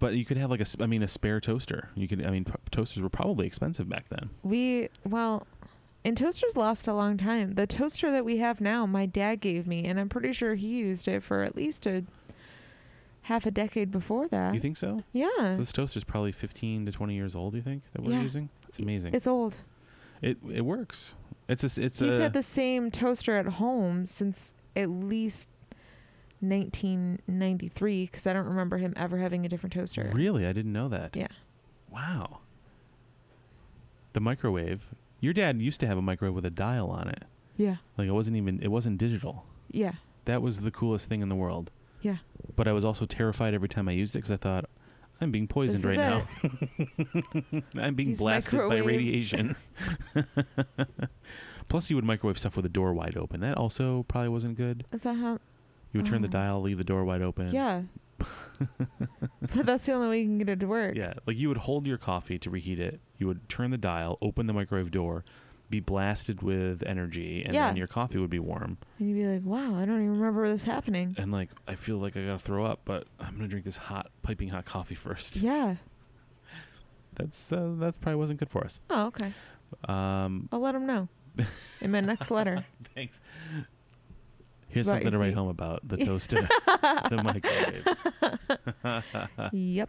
but you could have like a, s- I mean, a spare toaster. You could, I mean, p- toasters were probably expensive back then.
We, well, and toasters last a long time. The toaster that we have now, my dad gave me, and I'm pretty sure he used it for at least a half a decade before that.
You think so?
yeah.
So this toaster's probably 15 to 20 years old. You think that we're
uh. Yeah.
using? It's amazing.
it's old.
it it works. It's a s- it's
He's
a
had the same toaster at home since at least 1993 because I don't remember him ever having a different toaster.
Really? I didn't know that.
Yeah.
Wow. The microwave. Your dad used to have a microwave with a dial on it.
Yeah.
Like it wasn't even it wasn't digital.
Yeah.
That was the coolest thing in the world.
Yeah.
But I was also terrified every time I used it cuz I thought I'm being poisoned
This
right
is
now. I'm being
These
blasted
microwaves.
by radiation. Plus you would microwave stuff with the door wide open. That also probably wasn't good.
Is that how?
You would turn the
Oh.
dial, leave the door wide open.
Yeah. but that's the only way you can get it to work.
Yeah, like you would hold your coffee to reheat it. You would turn the dial, open the microwave door, be blasted with energy, and then
Yeah.
your coffee would be warm.
And you'd be like, wow, I don't even remember this happening.
And like, I feel like I gotta throw up, but I'm gonna drink this hot, piping hot coffee first.
Yeah.
That's uh, that's probably wasn't good for us.
Oh, okay.
Um,
I'll let him know in my next letter.
thanks. Here's
About
something
your
to write
feet.
home about the toaster, the microwave.
yep.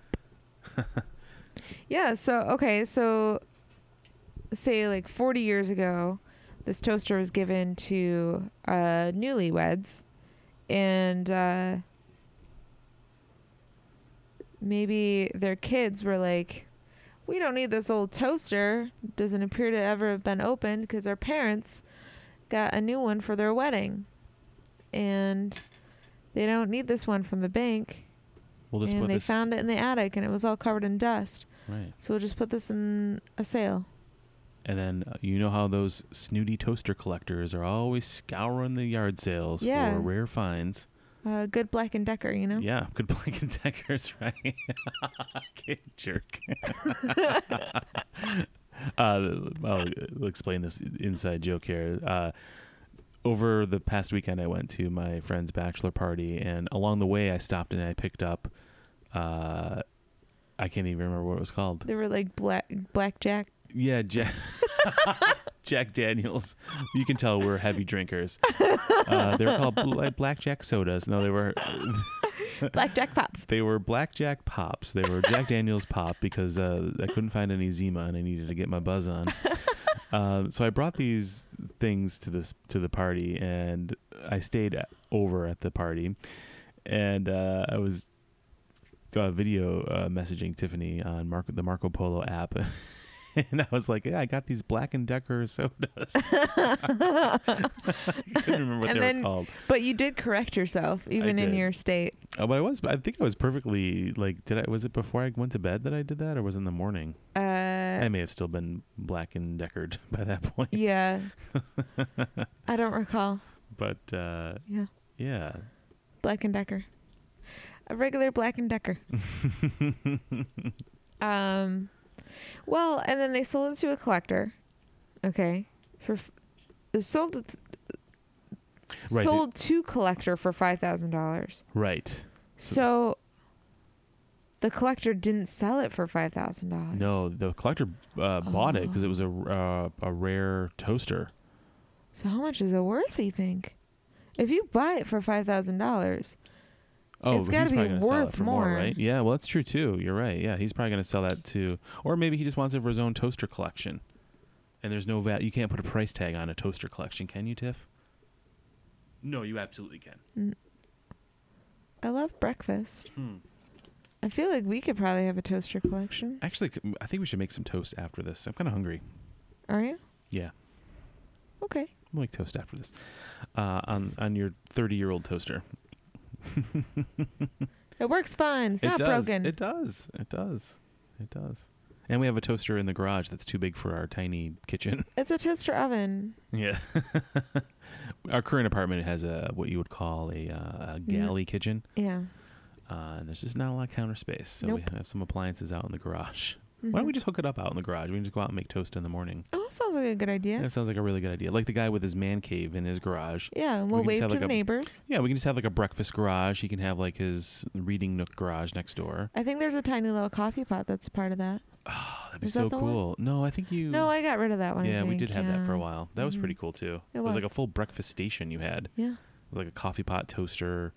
yeah, so okay, so say like 40 years ago, this toaster was given to uh newlyweds and uh maybe their kids were like we don't need this old toaster doesn't appear to ever have been opened because our parents got a new one for their wedding and they don't need this one from the bank
We'll just
and
put
they
this
found it in the attic and it was all covered in dust.
right,
So we'll just put this in a sale.
and then uh, you know how those snooty toaster collectors are always scouring the yard sales
Yeah.
for rare finds.
Uh, good Black and Decker, you know?
Yeah, good blank and deckers, right? Kid jerk. uh, I'll I'll explain this inside joke here. Uh, over the past weekend, I went to my friend's bachelor party, and along the way, I stopped and I picked up. Uh, I can't even remember what it was called.
They were like black blackjack.
Yeah, Jack Jack Daniels. You can tell we're heavy drinkers. Uh, they were called bl- blackjack sodas. No, they were
Blackjack pops.
They were blackjack pops. They were Jack Daniels pop because uh, I couldn't find any Zima and I needed to get my buzz on. Um, so I brought these things to this to the party and I stayed a- over at the party and uh, I was uh, video uh, messaging Tiffany on Marco, the Marco Polo app. And I was like, "Yeah, I got these Black and Decker sodas." I couldn't remember what
And
they were
then-
called.
But you did correct yourself, even in
did.
your state.
Oh, but I was. I think I was perfectly like. Did I? Was it before I went to bed that I did that, or was it in the morning?
Uh,
I may have still been black and deckered by that point.
yeah. I don't recall.
But uh,
Yeah.
yeah,
Black and Decker. A regular Black and Decker. um, well, and then they sold it to a collector. Okay, for f- they sold it
Right,
sold to collector for five thousand dollars.
right.
So the collector didn't sell it for five thousand dollars.
No, the collector uh, bought it because it was a uh,
Oh.
a rare toaster.
So how much is it worth? You think? If you buy it for five thousand dollars,
Oh,
It's
but
gotta
he's
be
probably gonna sell it
worth
for more.
more.
right? Yeah, well, that's true too. You're right. Yeah, he's probably going to sell that too, or maybe he just wants it for his own toaster collection. And there's no vat. You can't put a price tag on a toaster collection, can you, Tiff? No, you absolutely can.
I love breakfast.
Hmm.
I feel like we could probably have a toaster collection.
Actually, c- I think we should make some toast after this. I'm kind of hungry.
Are you
Yeah,
okay?
I'll make toast after this. Uh, on on your 30 year old toaster.
It works fine. It's
it
not
does.
broken.
It does. It does. It does. And we have a toaster in the garage that's too big for our tiny kitchen.
it's a toaster oven.
Yeah. our current apartment has a what you would call a, uh,
Mm-hmm.
a galley kitchen,
Yeah.
uh, and there's just not a lot of counter space, so
Nope. Mm-hmm.
we have some appliances out in the garage. Why don't we just hook it up out in the garage? We can just go out and make toast in the morning.
Oh, that sounds like a good idea.
That sounds like a really good idea. Like the guy with his man cave in his garage.
Yeah,
can
we'll
just
wave to
have,
the
like, a-
neighbors.
Yeah, we can just have like a breakfast garage. He can have like his reading nook garage next door.
I think there's a tiny little coffee pot that's a part of that.
Oh, that'd be
Is
so
that the one?
cool. No, I think you.
No, I got rid of that one. I
yeah, we did
think,
have that for a
yeah.
while. That was
Mhm.
pretty cool too.
It
like a
was.
full breakfast station you had,
Yeah.
with like a coffee pot toaster,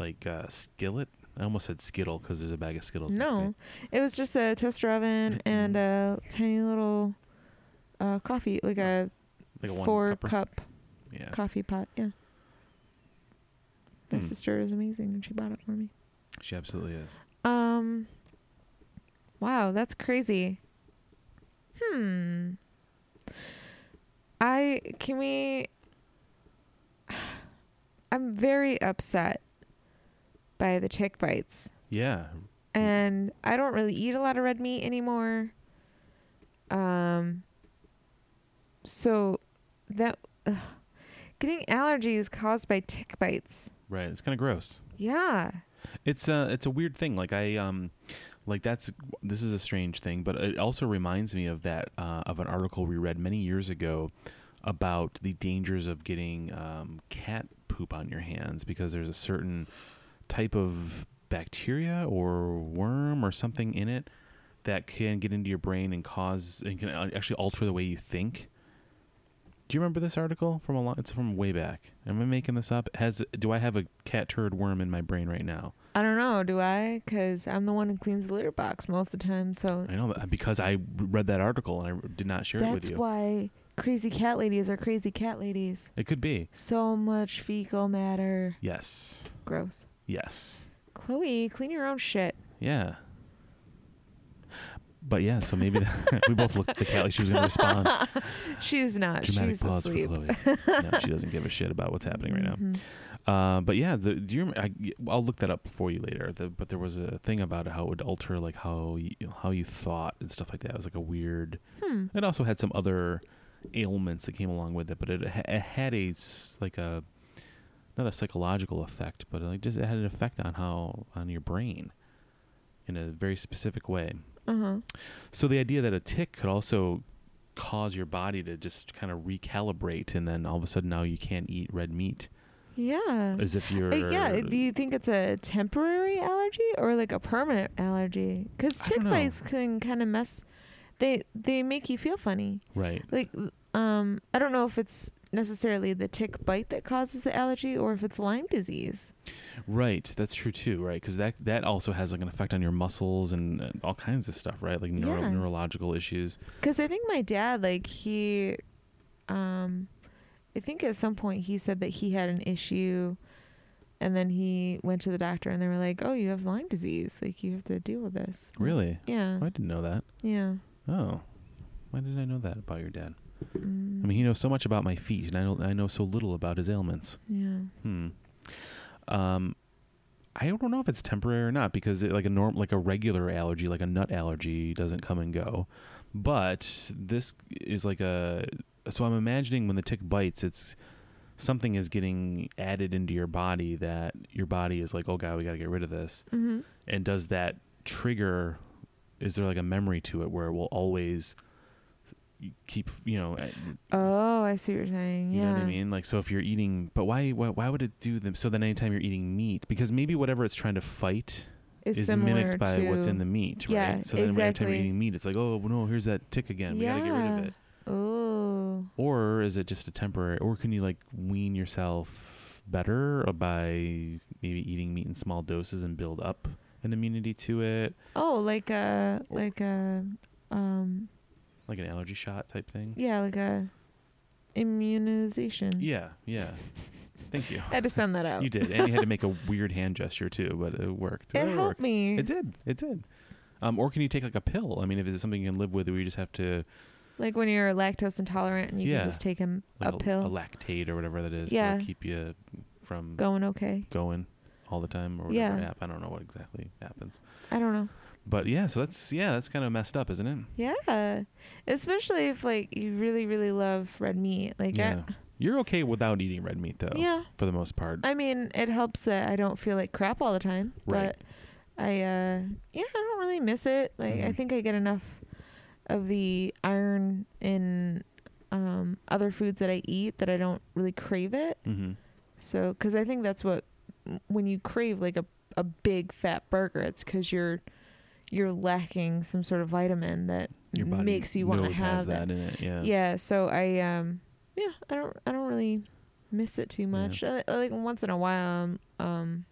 like uh, skillet. I almost said skittle because there's a bag of skittles. next to Mm-hmm.
No,
it.
it was just a toaster oven and a tiny little uh, coffee, like a
like a one
four
cupper.
cup
Yeah,
coffee pot. Yeah. My
Hmm.
sister is amazing, and she bought it for me.
She absolutely is.
Um. Wow, that's crazy. Hmm. I can we. I'm very upset by the tick bites,
Yeah.
and I don't really eat a lot of red meat anymore. Um. So, that ugh. getting allergies caused by tick bites.
Right. It's kind of gross.
Yeah.
It's a it's a weird thing. Like I um, like that's this is a strange thing, but it also reminds me of that uh, of an article we read many years ago about the dangers of getting um, cat poop on your hands because there's a certain type of bacteria or worm or something in it that can get into your brain and cause and can uh, actually alter the way you think. Do you remember this article from a long? It's from way back. Am I making this up? Has do I have a cat turd worm in my brain right now?
I don't know, do I? Because I'm the one who cleans the litter box most of the time, so
I know that because I read that article and I did not share it with
that's
you.
why crazy cat ladies are crazy cat ladies.
it could be.
So much fecal matter.
Yes.
Gross.
Yes.
Chloe, clean your own shit.
Yeah. But yeah, so maybe that, we both looked at the cat like she was going to respond.
She's not.
Dramatic
She's
pause
asleep. Mm-hmm.
for Chloe. No, she doesn't give a shit about what's happening right now. Uh, but yeah, the, do you? rem- I, will look that up for you later. The, but there was a thing about how it would alter like how you, how you thought and stuff like that. It was like a weird.
Hmm.
It also had some other ailments that came along with it, but it, ha- it had a s- like a not a psychological effect, but like just it had an effect on how on your brain in a very specific way.
Uh huh.
So the idea that a tick could also cause your body to just kind of recalibrate, and then all of a sudden now you can't eat red meat
Yeah.
as if you're
Uh, yeah. Do you think it's a temporary allergy or like a permanent allergy?
I
Because
don't
tick
know.
bites can kind of mess. They they make you feel funny.
right.
like um i don't know if it's necessarily the tick bite that causes the allergy or if it's lyme disease
Right, that's true too, right? Because that that also has like an effect on your muscles and uh, all kinds of stuff, right? Like neuro-
Yeah.
neurological issues.
because i think my dad like he um i think at some point he said that he had an issue and then he went to the doctor and they were like oh you have lyme disease like you have to deal with this
Really,
yeah
Oh, I didn't know that.
yeah
Oh, why didn't I know that about your dad?
Mm,
I mean, he knows so much about my feet, and I don't. I know so little about his ailments.
Mm-hmm. yeah
Hmm. Um, I don't know if it's temporary or not because it, like a norm, like a regular allergy, like a nut allergy, doesn't come and go. But this is like a. So I'm imagining when the tick bites, it's something is getting added into your body that your body is like, oh god, we got to get rid of this.
hmm
And does that trigger? Is there like a memory to it where it will always keep you know? at-
oh i see what you're saying
You
yeah
know what I mean? Like, so if you're eating, but why, why, why would it do them? So then, anytime you're eating meat, because maybe whatever it's trying to fight
it's
is
similar
mimicked by
to,
what's in the meat,
Yeah,
right? So then, every time
exactly.
you're eating meat, it's like, oh no, here's that tick again. We gotta get rid of
Yeah.
it.
oh
Or is it just a temporary? Or can you like wean yourself better by maybe eating meat in small doses and build up an immunity to it,
Oh, like a
Or-
like a um
like an allergy shot type thing?
yeah, like a immunization.
Yeah, yeah. Thank you.
I had to send that out.
You did, and you had to make a weird hand gesture too, but it worked.
Oh. It
worked.
helped me.
It did. It did. Um, or can you take like a pill? I mean, if it's something you can live with, where you just have to
Like when you're lactose intolerant and you
Yeah.
can just take 'em
like
a pill
a lactate or whatever that is,
Yeah.
to keep you from
going okay.
going all the time or whatever
Yeah.
app. I don't know what exactly happens,
I don't know.
but yeah. So that's yeah, that's kind of messed up, isn't it?
Yeah. Especially if like you really really love red meat. Like
yeah.
I,
You're okay without eating red meat though,
yeah.
for the most part.
I mean, it helps that I don't feel like crap all the time,
Right.
but I uh yeah, I don't really miss it. Like I
Mhm.
think I get enough of the iron in um other foods that I eat that I don't really crave it.
mm-hmm.
So cuz I think that's what when you crave like a a big fat burger, it's cuz you're you're lacking some sort of vitamin that
Your body
makes you want to
knows
have
has that
it.
in it. Yeah.
Yeah, so I um yeah, I don't I don't really miss it too much. I, like once in a while um, um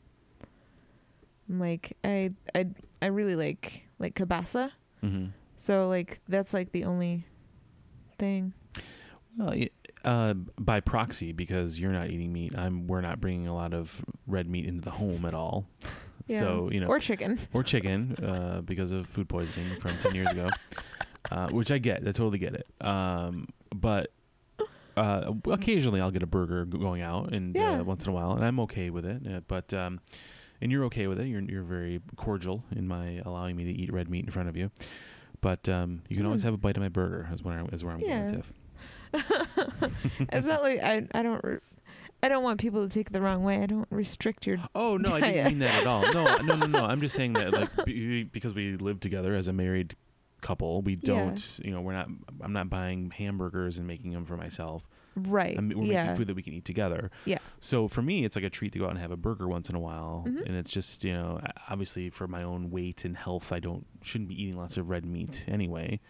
I'm like I I I really like like kibasa.
Mm-hmm.
So like that's like the only thing.
Well, y- Uh, by proxy, because you're not eating meat, I'm. We're not bringing a lot of red meat into the home at all.
Yeah.
So you know,
or chicken.
or chicken uh, because of food poisoning from 10 years ago, uh, which I get. I totally get it. Um, but uh, occasionally I'll get a burger g- going out and
Yeah.
uh, once in a while, and I'm okay with it. Uh, but um, and you're okay with it. You're you're very cordial in my allowing me to eat red meat in front of you. But um, you can always
Yeah.
have a bite of my burger. Is where I, is where I'm
Hmm. Yeah.
going, Tiff.
it's not like I, I don't re- I don't want people to take it the wrong way. I don't restrict your
Oh no, I didn't
Diet.
mean that at all. No, no, no, no. I'm just saying that like be, because we live together as a married couple, we
Yeah.
don't. You know, we're not. I'm not buying hamburgers and making them for myself.
right.
I'm, we're
yeah.
making food that we can eat together.
Yeah.
So for me, it's like a treat to go out and have a burger once in a while,
Mhm.
and it's just you know I- obviously for my own weight and health, I don't shouldn't be eating lots of red meat anyway.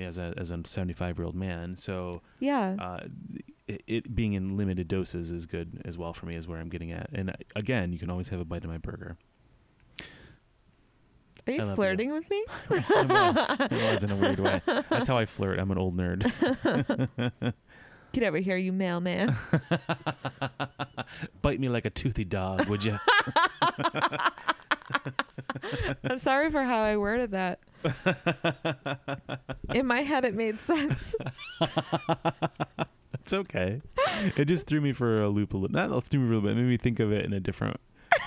As a as a 75 year old man, so
Yeah.
uh, it, it being in limited doses is good as well for me, is where I'm getting at. And uh, again, you can always have a bite of my burger.
Are
love
you
you.
flirting with me?
I was, I was in a weird way. That's how I flirt. I'm an old nerd.
Get over here, you mailman.
Bite me like a toothy dog, would you?
I'm sorry for how I worded that. In my head, it made sense.
It's okay. It just threw me for a loop a little. Not threw me for a loop, but made me think of it in a different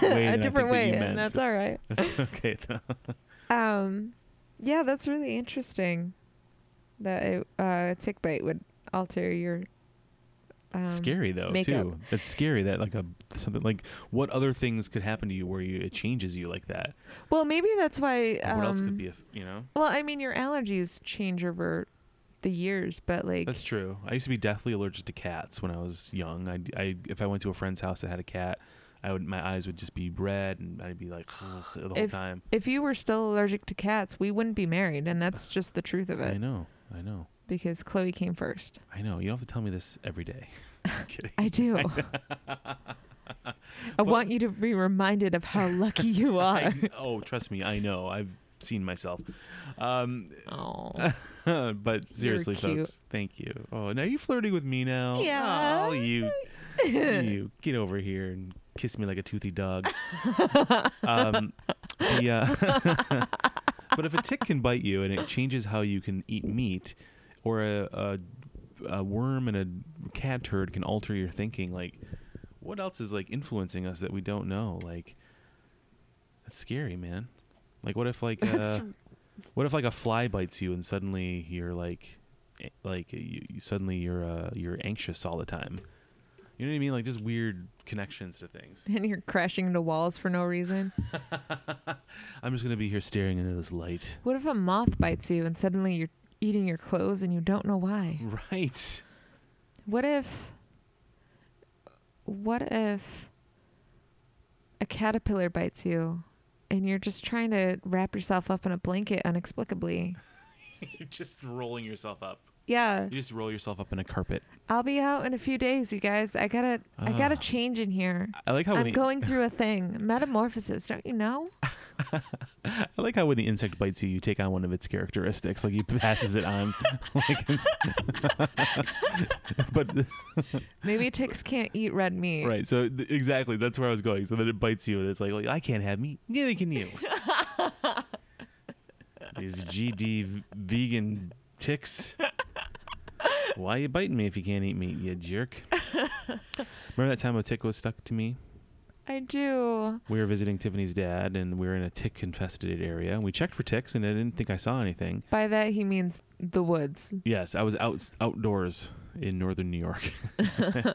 way. than I
a
think
different
that
way,
you
and
meant.
that's all right.
That's okay. though.
Um, yeah, that's really interesting. That it, uh, a tick bite would alter your. Um,
scary though
makeup.
too. It's scary that like a something like what other things could happen to you where you it changes you like that.
Well, maybe that's why.
Or
Um,
what else could be? A, you know,
Well, I mean, your allergies change over the years, but like,
that's true. I used to be deathly allergic to cats when I was young. I, I if I went to a friend's house that had a cat, I would my eyes would just be red and I'd be like the whole
If-
time.
if you were still allergic to cats, we wouldn't be married, and that's just the truth of
I
it.
know. I know.
Because Chloe came first.
I know. You don't have to tell me this every day. I'm kidding.
I do. I want you to be reminded of how lucky you are.
I- oh, trust me, I know. I've seen myself. Um,
Oh,
but seriously,
cute.
folks, thank you. Oh, now you're flirting with me now.
Yeah.
Oh, you, you get over here and kiss me like a toothy dog. um, the, uh, but if a tick can bite you and it changes how you can eat meat, or a, a, a worm and a cat turd can alter your thinking, like what else is like influencing us that we don't know? Like that's scary, man. Like what if like
That's
uh, what if like a fly bites you and suddenly you're like, eh, like you, you- suddenly you're uh, you're anxious all the time. You know what I mean? Like just weird connections to things.
and you're crashing into walls for no reason.
I'm just gonna be here staring into this light.
What if a moth bites you and suddenly you're eating your clothes and you don't know why?
Right.
What if. What if a caterpillar bites you and you're just trying to wrap yourself up in a blanket inexplicably?
You're just rolling yourself up.
Yeah.
You just roll yourself up in a carpet.
I'll be out in a few days, you guys. I gotta, I gotta
Ah.
change in here.
I like how when
I'm
the,
going through a thing, metamorphosis. Don't you know?
I like how when the insect bites you, you take on one of its characteristics. Like he passes it on. like it's, but
Maybe ticks can't eat red meat.
right, so th- exactly that's where I was going. So then it bites you, and it's like, like I can't have meat. Neither can you. These GD v- vegan ticks. Why you biting me if you can't eat meat, you jerk? Remember that time a tick was stuck to me?
I do.
we were visiting Tiffany's dad, and we were in a tick infested area. And we checked for ticks, and I didn't think I saw anything.
By that he means the woods.
Yes, I was out outdoors in northern New York,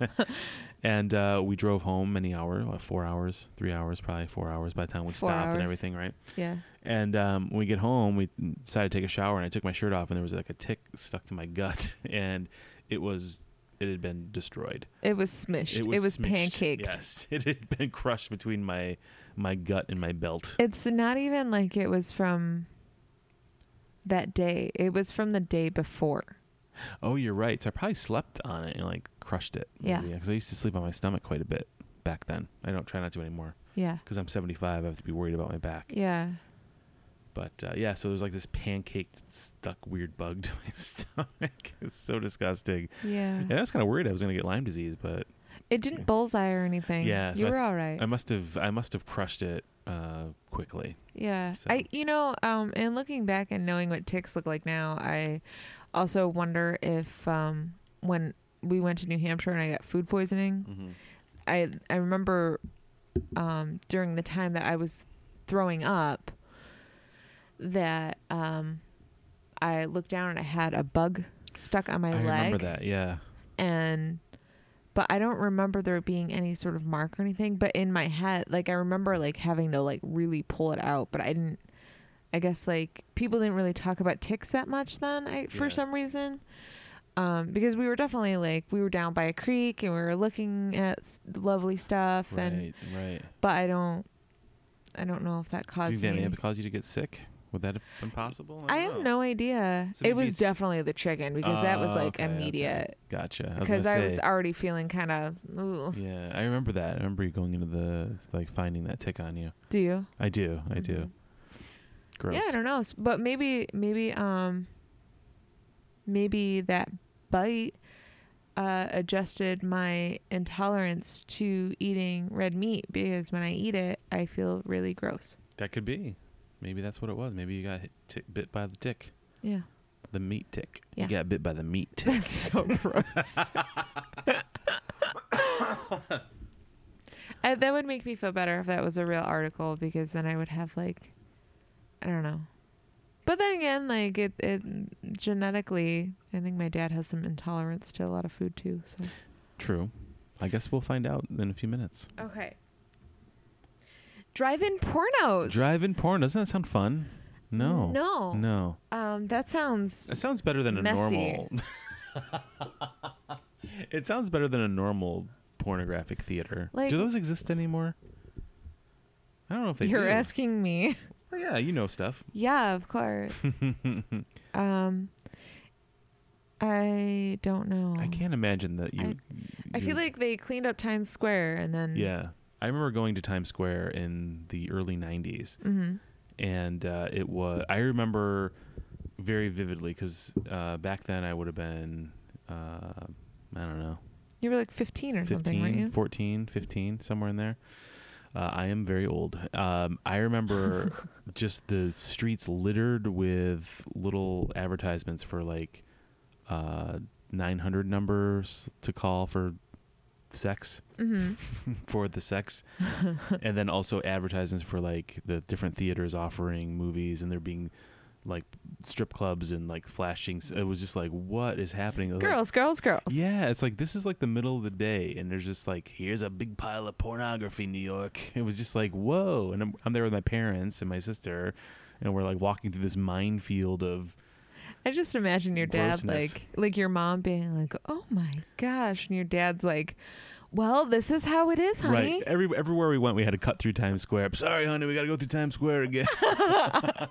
and uh, we drove home many hours, uh, four hours, three hours, probably four hours by the time we
Four
stopped and
hours.
everything, right?
Yeah.
And um, when we get home, we decided to take a shower, and I took my shirt off, and there was like a tick stuck to my gut, and it was it had been destroyed.
It was smished. It was,
smashed.
pancaked.
Yes, it had been crushed between my my gut and my belt.
It's not even like it was from that day. It was from the day before.
Oh, you're right. So I probably slept on it and like crushed it.
Yeah.
Because I used to sleep on my stomach quite a bit back then. I don't try not to anymore
Yeah.
because I'm 75. I have to be worried about my back.
Yeah.
But uh, yeah, so there's like this pancake that stuck weird bug to my stomach. it's so disgusting.
Yeah.
And I was kind of worried I was going to get Lyme disease, but
It didn't bullseye or anything.
Yeah, so
you
I-
were all right.
I must have I must have crushed it uh, quickly.
yeah.
so-
I you know, um and looking back and knowing what ticks look like now, I also wonder if um when we went to New Hampshire and I got food poisoning,
Mm-hmm.
I I remember um, during the time that I was throwing up that um, I looked down and I had a bug stuck on my
I
leg,
remember that. Yeah.
and but I don't remember there being any sort of mark or anything. But in my head, like I remember like having to like really pull it out, but I didn't. I guess like people didn't really talk about ticks that much then. I for
Yeah.
some reason. Um, because we were definitely like we were down by a creek and we were looking at s- lovely stuff and
Right. Right.
but I don't, I don't know if that
Do
caused
you think
me.
that may have caused you to get sick? Would that have been possible?
I have no idea.
So
it
maybe
was
it's-
definitely the chicken because that was
Oh,
like
okay, okay.
immediate.
Gotcha. I was
Because
gonna
I,
say,
was already feeling kind of. ooh.
Yeah, I remember that. I remember you going into the like finding that tick on you.
Do you?
I do. I do.
Mhm.
Gross.
Yeah, I don't know. S- But maybe, maybe, um, maybe that bite uh, adjusted my intolerance to eating red meat because when I eat it, I feel really gross.
That could be. Maybe that's what it was. Maybe you got hit, tick, bit by the tick,
Yeah.
the meat tick.
Yeah.
You got bit by the meat tick.
That's so gross. I, that would make me feel better if that was a real article because then I would have like, I don't know. But then again, like it, it genetically, I think my dad has some intolerance to a lot of food too. So
True. I guess we'll find out in a few minutes.
okay. Drive-in pornos.
Drive-in porn doesn't that sound fun? No.
No.
No.
Um, that sounds.
It sounds better than a
Messy.
normal. it sounds better than a normal pornographic theater.
Like-
do those exist anymore? I don't know if they
You're
do.
asking me.
Well, yeah, you know stuff.
Yeah, of course. um, I don't know.
I can't imagine that you.
Oh. I
you-
feel like they cleaned up Times Square and then.
Yeah, I remember going to Times Square in the early '90s,
Mm-hmm.
and uh, it was. I remember very vividly because uh, back then I would have been, uh, I don't know,
You were like 15 or something, weren't
15,
you?
14, 15, somewhere in there. Uh, I am very old. Um, I remember just the streets littered with little advertisements for like uh, 900 numbers to call for sex,
Mm-hmm.
for the sex. and then also advertisements for like the different theaters offering movies and there being like strip clubs and like flashing. It was just like, what is happening? It was like-
Girls, girls, girls.
yeah, it's like this is like the middle of the day, and there's just like here's a big pile of pornography, New York. It was just like whoa, and I'm, I'm there with my parents and my sister, and we're like walking through this minefield of
I just imagine your dad
Grossness.
like, like your mom being like, "Oh my gosh," and your dad's like, "Well, this is how it is, honey."
right every everywhere we went, we had to cut through Times Square. Sorry, honey, we got to go through Times Square again. but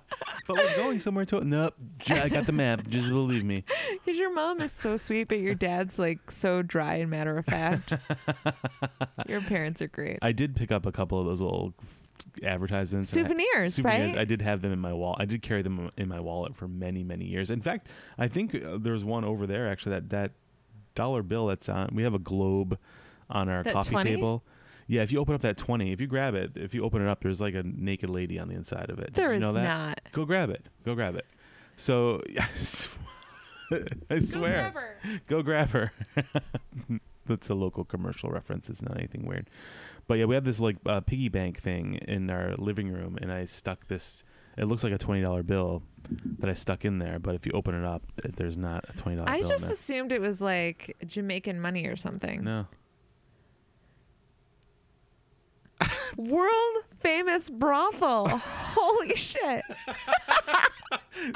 we're going somewhere to it. Nope, j- I got the map. Just believe me.
Because your mom is so sweet, but your dad's like so dry and matter of fact. your parents are great.
I did pick up a couple of those little advertisements. and I-
Souvenirs, right?
I did have them in my wall. I did carry them in my wallet for many, many years. In fact, I think uh, there was one over there actually. That that dollar bill that's on. We have a globe on our
That
coffee
20?
table. Yeah, if you open up that twenty, if you grab it, if you open it up, there's like a naked lady on the inside of it. Did
There
you
is
know that?
not.
Go grab it. Go grab it. So I sw- I swear go grab her. That's a local commercial reference. It's not anything weird. But yeah, we have this like uh, piggy bank thing in our living room, and I stuck this. It looks like a twenty dollar bill that I stuck in there, but if you open it up, th- there's not a twenty dollar
I
bill. in
just
there.
assumed it was like Jamaican money or something.
no.
World famous brothel. Holy shit.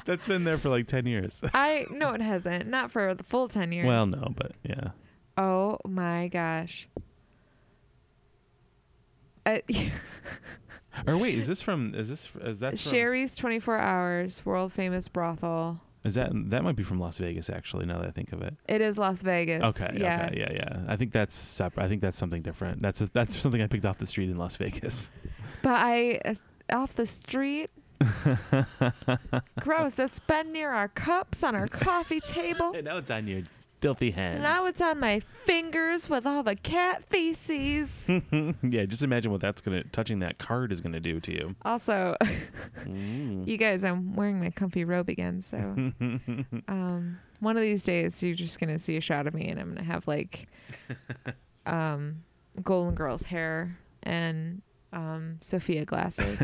That's been there for like ten years.
I no it hasn't. Not for the full 10 years.
Well, no, but yeah.
Oh my gosh. Uh,
Or wait, is this from? Is this is that from,
Sherry's 24 hours, world famous brothel.
Is that that might be from Las Vegas actually? Now that I think of it.
It is Las Vegas.
Okay. Okay. Yeah. Yeah. I think that's separate. I think that's something different. That's a, that's something I picked off the street in Las Vegas.
But I off uh, the street. Gross. That's been near our cups on our coffee table.
now it's on your filthy hands.
Now it's on my fingers with all the cat
Hmm.
feces.
yeah, just imagine what that's gonna touching that card is gonna do to you.
also,
Mm.
you guys, I'm wearing my comfy robe again, so um, one of these days you're just gonna see a shot of me, and I'm gonna have like um, Golden Girls hair and um, Sophia glasses.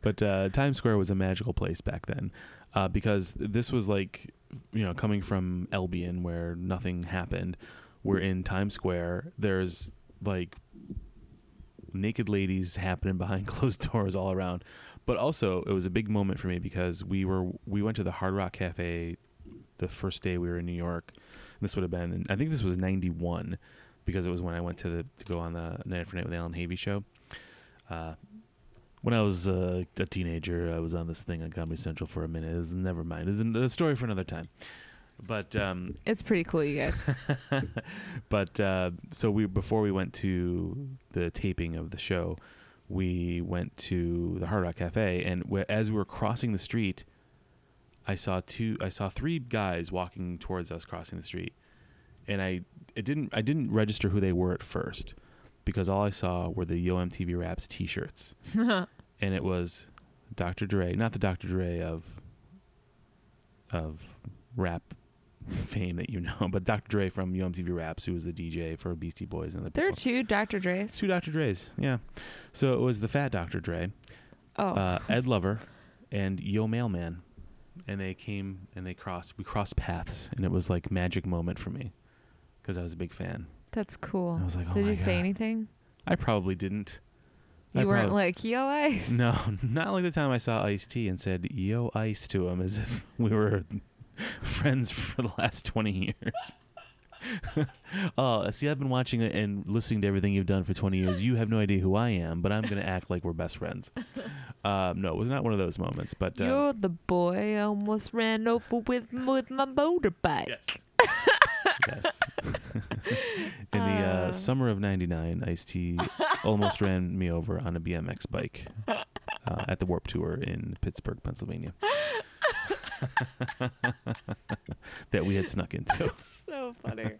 But uh, Times Square was a magical place back then uh, because this was like, you know, coming from Albion where nothing happened. We're in Times Square. There's like naked ladies happening behind closed doors all around. But also, it was a big moment for me because we were we went to the Hard Rock Cafe the first day we were in New York. This would have been, I think this was '91 because it was when I went to the to go on the Night After Night with Alan Havey show. Uh, when I was uh, a teenager, I was on this thing on Comedy Central for a minute. It was, never mind. It's a story for another time. But um,
it's pretty cool, you guys.
but uh, so we before we went to the taping of the show, we went to the Hard Rock Cafe, and wh- as we were crossing the street, I saw two. I saw three guys walking towards us crossing the street, and I it didn't I didn't register who they were at first, because all I saw were the Yo MTV Raps T-shirts, and it was Dr. Dre, not the Dr. Dre of of rap fame that you know, but Dr. Dre from Yo MTV Raps, who was the DJ for Beastie Boys and the
there are two Dr. Dre's.
two Dr. Dre's, yeah. So it was the Fat Dr. Dre,
Oh,
uh, Ed Lover, and Yo Mailman, and they came and they crossed. We crossed paths, and it was like magic moment for me because I was a big fan.
that's cool.
I was like, oh
Did
my
you say
God.
anything?
I probably didn't.
You
I
weren't
probably-
like, yo, ice.
No, not like the time I saw Ice T and said "Yo, Ice" to him as if we were friends for the last twenty years. oh, see, I've been watching it and listening to everything you've done for twenty years. You have no idea who I am, but I'm gonna act like we're best friends. Um, no, it was not one of those moments. But uh,
You're the boy I almost ran over with with my motorbike.
yes, yes. In the uh,
Uh.
summer of '99, Ice T almost ran me over on a BMX bike uh, at the Warp Tour in Pittsburgh, Pennsylvania. that we had snuck into.
So funny.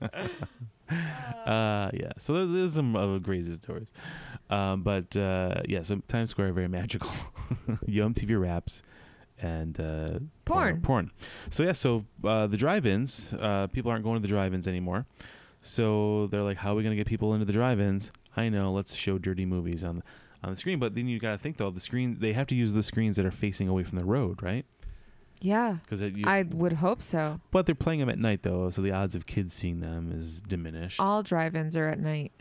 Uh, yeah, so there's, there's some uh, crazy stories, um, but uh, yeah, so Times Square very magical. Yo MTV raps and uh,
Porn.
porn. So yeah, so uh, the drive-ins, uh, people aren't going to the drive-ins anymore. So they're like, how are we gonna get people into the drive-ins? I know, let's show dirty movies on the, on the screen. But then you gotta think though, the screen they have to use the screens that are facing away from the road, right?
Yeah,
Because
I would hope so.
but they're playing them at night though, so the odds of kids seeing them is diminished.
All drive-ins are at night,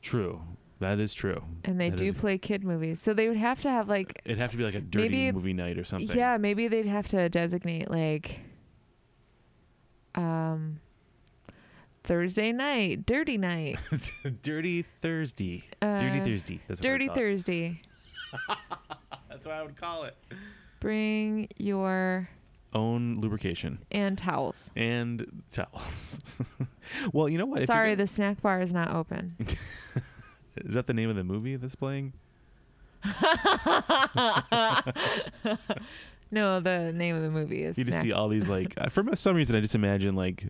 True, that is true.
and they
That
do
is-
play kid movies. So they would have to have like,
It'd have to be like a dirty
Maybe-
movie night or something.
yeah, maybe they'd have to designate like, um, Thursday night, dirty night,
dirty Thursday.
uh,
dirty Thursday. That's what I
dirty
call it.
Thursday.
That's what I would call it.
Bring your
Own lubrication
and towels.
and towels. well, you know what? If you're
Sorry,
gonna-
the snack bar is not open.
is that the name of the movie that's playing?
No, the name of the movie is.
You just
Snack
see all these like I- for some reason I just imagine like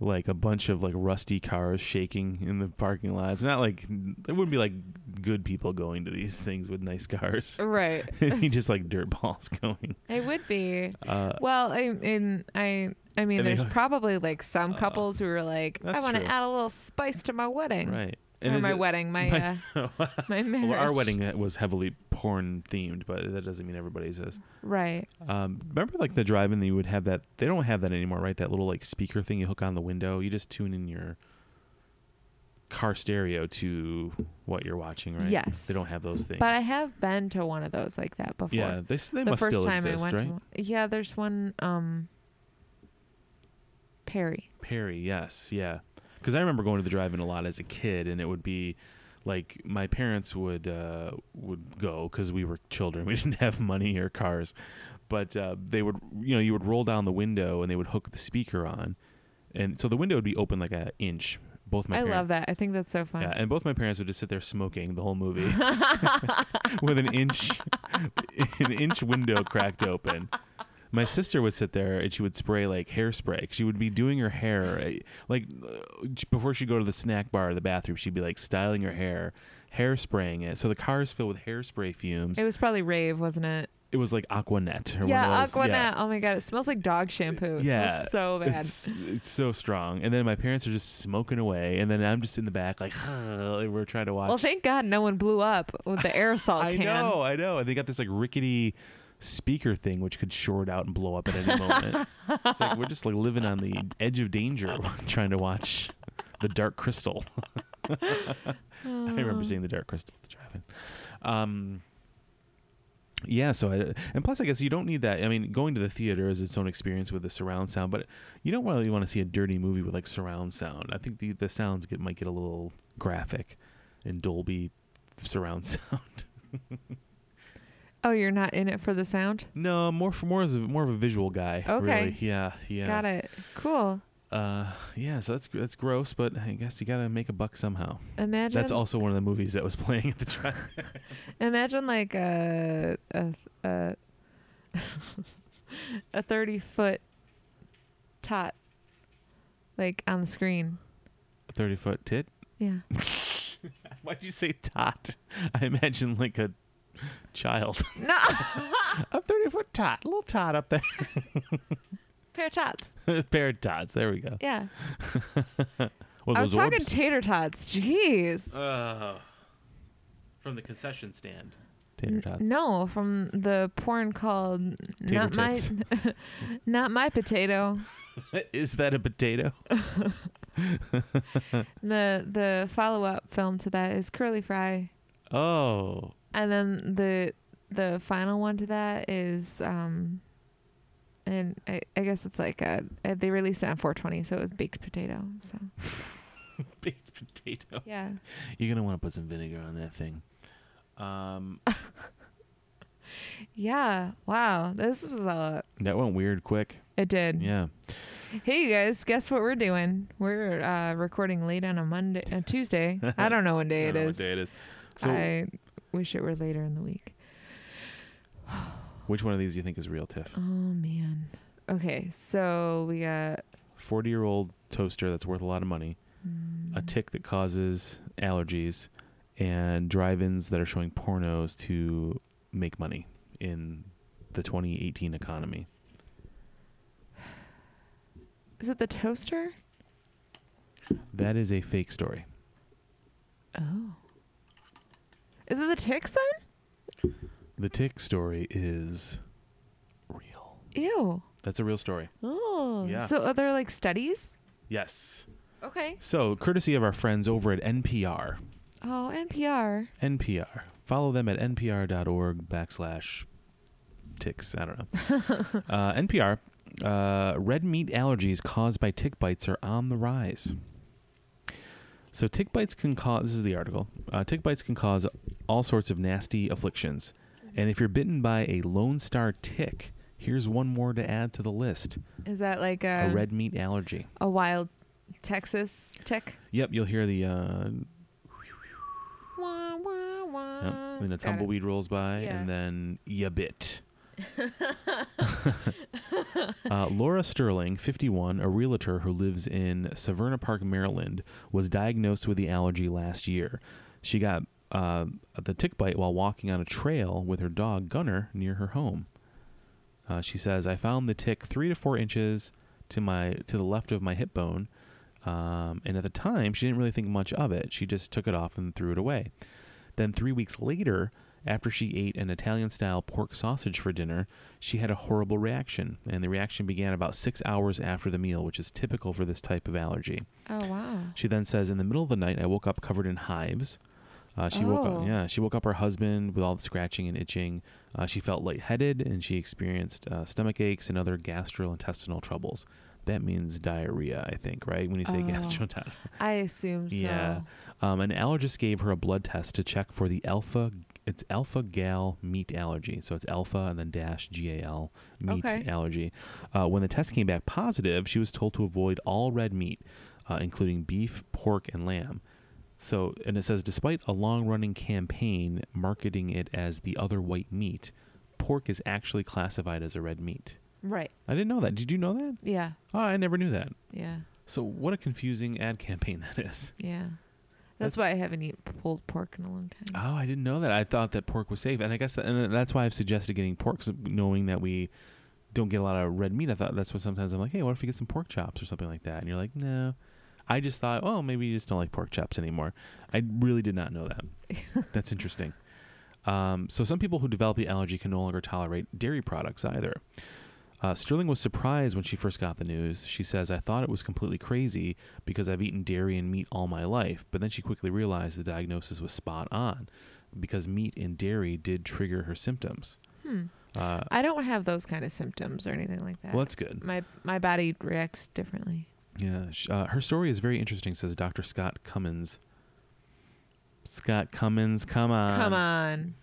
like a bunch of like rusty cars shaking in the parking lot. It's not like it wouldn't be like good people going to these things with nice cars.
Right.
It'd be just like dirt balls going.
It would be.
Uh,
Well, I in I I mean
And they-
there's probably like some
Uh,
couples who are like, I
that's
want to
true.
add a little spice to my wedding.
right.
Or
is
my
it-
wedding, my
my-
uh, my marriage.
Well, our wedding was heavily porn themed, but that doesn't mean everybody's is.
Right.
Um, remember, like the drive-in, that you would have that. They don't have that anymore, right? That little like speaker thing you hook on the window. You just tune in your car stereo to what you're watching, right?
Yes.
They don't have those things.
But I have been to one of those like that before.
yeah, they s- they
the
must
first
still
time
exist,
I went
right?
to one. Yeah, there's one um Perry.
Perry, yes, yeah. Because I remember going to the drive-in a lot as a kid, and it would be like my parents would uh, would go because we were children, we didn't have money or cars, but uh, they would you know you would roll down the window and they would hook the speaker on, and so the window would be open like an inch. Both my
I
parents,
love that. I think that's so fun.
yeah, and both my parents would just sit there smoking the whole movie with an inch an inch window cracked open. My sister would sit there and she would spray like hairspray. She would be doing her hair eh, like uh, before she'd go to the snack bar or the bathroom. She'd be like styling her hair, hairspraying it. So the car is filled with hairspray fumes.
It was probably rave, wasn't it?
It was like Aquanet or one
yeah,
of those.
Aquanet. Oh my god, it smells like dog shampoo. It
Yeah.
smells so bad.
It's, it's so strong. And then my parents are just smoking away, and then I'm just in the back like and we're trying to watch.
well, thank God no one blew up with the aerosol
I
can.
know, I know. And they got this like rickety speaker thing which could short out and blow up at any moment. it's like we're just like living on the edge of danger trying to watch the Dark Crystal. I
Oh.
remember seeing the Dark Crystal at the drive-in. Um, yeah, so I, and plus, I guess you don't need that. I mean, going to the theater is its own experience with the surround sound, but you don't really want to see a dirty movie with like surround sound. I think the the sounds get might get a little graphic in Dolby surround sound.
Oh, you're not in it for the sound.
No, more for more as a, more of a visual guy.
Okay.
Really. Yeah. Yeah.
Got it. Cool.
Uh, yeah. So that's that's gross, but I guess you gotta make a buck somehow.
Imagine
That's also one of the movies that was playing at the time.
Imagine like a a a, a thirty foot tot, like on the screen.
Thirty foot tit.
Yeah.
Why'd you say tot? I imagine like a child.
No,
a thirty foot tot, little tot up there.
pair of tots.
Pair of tots. There we go.
Yeah.
What
I
are
was
those
talking
orbs? Uh,
tater tots. Jeez.
Ugh. from the concession stand. Tater tots.
No, from the porn called
Tater
not
tits.
my not my potato.
Is that a potato?
The the follow up film to that is Curly Fry.
Oh,
And then the the final one to that is um and I, I guess it's like a, uh, they released it on 420, so it was baked potato. So
baked potato.
yeah,
You're gonna want to put some vinegar on that thing. Um,
yeah. Wow, this was a
that went weird quick.
it did.
Yeah.
Hey you guys, guess what we're doing? We're uh, recording late on a Monday, a Tuesday. I don't know what day
I
it
don't know what
is.
day it is. So,
I wish it were later in the week.
which one of these do you think is real, Tiff?
Oh man. Okay, so we got
Forty-year-old toaster that's worth a lot of money,
mm,
a
Mm-hmm.
tick that causes allergies, and drive-ins that are showing pornos to make money in the 2018 economy.
is it the toaster?
That is a fake story.
Oh. Is it the ticks then?
The tick story is real.
Ew.
That's a real story.
Oh.
Yeah.
So are there like studies?
Yes.
Okay.
So, courtesy of our friends over at NPR,
Oh, NPR.
NPR. Follow them at npr.org backslash ticks. I don't know. uh, NPR. Uh, red meat allergies caused by tick bites are on the rise. So tick bites can cause. This is the article. Uh, tick bites can cause all sorts of nasty afflictions, and if you're bitten by a Lone Star tick, here's one more to add to the list:
Is that like
a
a
red meat allergy.
a wild Texas tick?
Yep, you'll hear the uh,
Wah, wah, wah.
Yep. And then a
Got it.
tumbleweed rolls by,
Yeah.
and then ya bit. uh, Laura Sterling, 51, a realtor who lives in Severna Park, Maryland, was diagnosed with the allergy last year. She got uh, the tick bite while walking on a trail with her dog Gunner near her home. Uh, she says, "I found the tick three to four inches to my to the left of my hip bone, um, and at the time she didn't really think much of it. She just took it off and threw it away. Then three weeks later, after she ate an Italian-style pork sausage for dinner, she had a horrible reaction, and the reaction began about six hours after the meal, which is typical for this type of allergy."
Oh wow.
She then says, "In the middle of the night, I woke up covered in hives." Uh, she woke up.
Oh.
Yeah, she woke up her husband with all the scratching and itching. Uh, she felt lightheaded, and she experienced uh, stomach aches and other gastrointestinal troubles. That means diarrhea, I think, right? When you say
Oh.
gastrointestinal.
I assume so.
Yeah. Um, an allergist gave her a blood test to check for the alpha. It's alpha gal meat allergy. So it's alpha and then dash G A L meat
Okay.
allergy. Uh, when the test came back positive, she was told to avoid all red meat, uh, including beef, pork, and lamb. So, and it says, despite a long running campaign marketing it as the other white meat, pork is actually classified as a red meat.
Right.
I didn't know that. Did you know that?
Yeah.
Oh, I never knew that.
Yeah.
So, what a confusing ad campaign that is.
Yeah. That's why I haven't eaten pulled pork in a long time.
Oh, I didn't know that. I thought that pork was safe, and I guess that, and that's why I've suggested getting pork, 'cause knowing that we don't get a lot of red meat. I thought that's what sometimes I'm like, hey, what if we get some pork chops or something like that? And you're like, no. I just thought, oh, maybe you just don't like pork chops anymore. I really did not know that. that's interesting. Um, so some people who develop the allergy can no longer tolerate dairy products either. Uh, Sterling was surprised when she first got the news. She says, I thought it was completely crazy because I've eaten dairy and meat all my life, but then she quickly realized the diagnosis was spot on because meat and dairy did trigger her symptoms.
Hmm.
Uh,
I don't have those kind of symptoms or anything like that.
well, that's good.
my my body reacts differently.
Yeah, sh- uh, her story is very interesting, says Dr. Scott Cummins. Scott Cummins, come on.
Come on.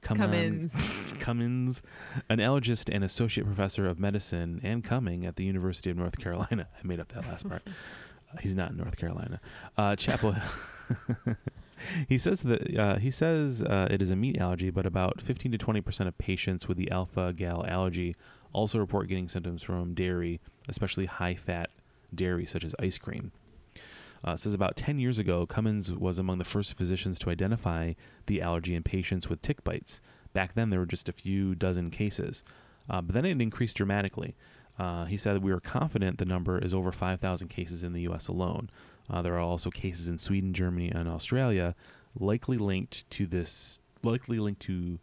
Come
Cummins.
On. Cummins, an allergist and associate professor of medicine and Cumming at the University of North Carolina. I made up that last part. Uh, He's not in North Carolina. Uh, Chapel Hill. he says that uh, he says uh, it is a meat allergy, but about 15 to 20 percent of patients with the alpha gal allergy also report getting symptoms from dairy, especially high fat dairy such as ice cream. Uh, it says about 10 years ago, Cummins was among the first physicians to identify the allergy in patients with tick bites. Back then, there were just a few dozen cases, uh, but then it increased dramatically. Uh, he said we are confident the number is over 5,000 cases in the U.S. alone. Uh, there are also cases in Sweden, Germany, and Australia, likely linked to this, likely linked to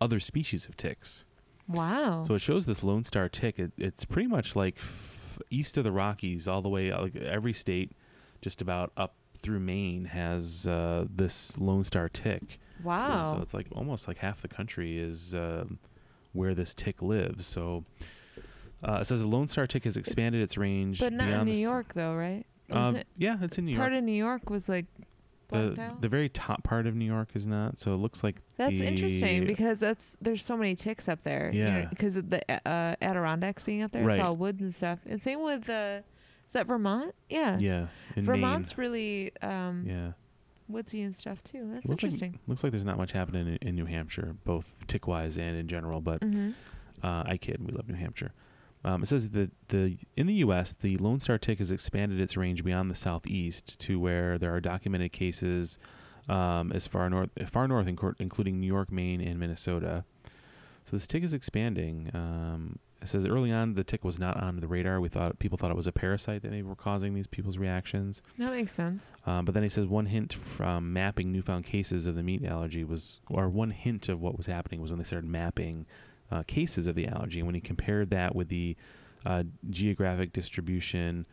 other species of ticks.
Wow.
So it shows this Lone Star tick. It, it's pretty much like f- east of the Rockies, all the way uh, like every state, just about up through Maine has uh, this Lone Star tick. And
wow.
so it's like almost like half the country is um where this tick lives. So uh, it says the Lone Star tick has expanded its range,
but not in
beyond
New
the s-
York though, right?
Um,
Isn't
yeah, it's in New York.
part of New York was like blacked
the
out?
the very top part of New York is not. So it looks like
That's
the-
interesting because that's there's so many ticks up there.
Yeah.
Because of the uh, Adirondacks being up there,
Right.
it's all wood and stuff. And same with the is that Vermont? Yeah.
yeah in
Uh, Vermont's really um,
Maine. Yeah.
woodsy and stuff too. That's
Looks like-
interesting.
Looks like there's not much happening in, in New Hampshire, both tick wise and in general. But
hmm
uh, I kid, we love New Hampshire. Um, it says that the in the U.S. the Lone Star tick has expanded its range beyond the southeast to where there are documented cases um, as far north, far north, incor- including New York, Maine, and Minnesota. So this tick is expanding. Um, it says early on the tick was not on the radar. We thought people thought it was a parasite that maybe were causing these people's reactions.
That makes sense.
Um, but then he says one hint from mapping newfound cases of the meat allergy was, or one hint of what was happening was when they started mapping uh, cases of the allergy. And when he compared that with the uh, geographic distribution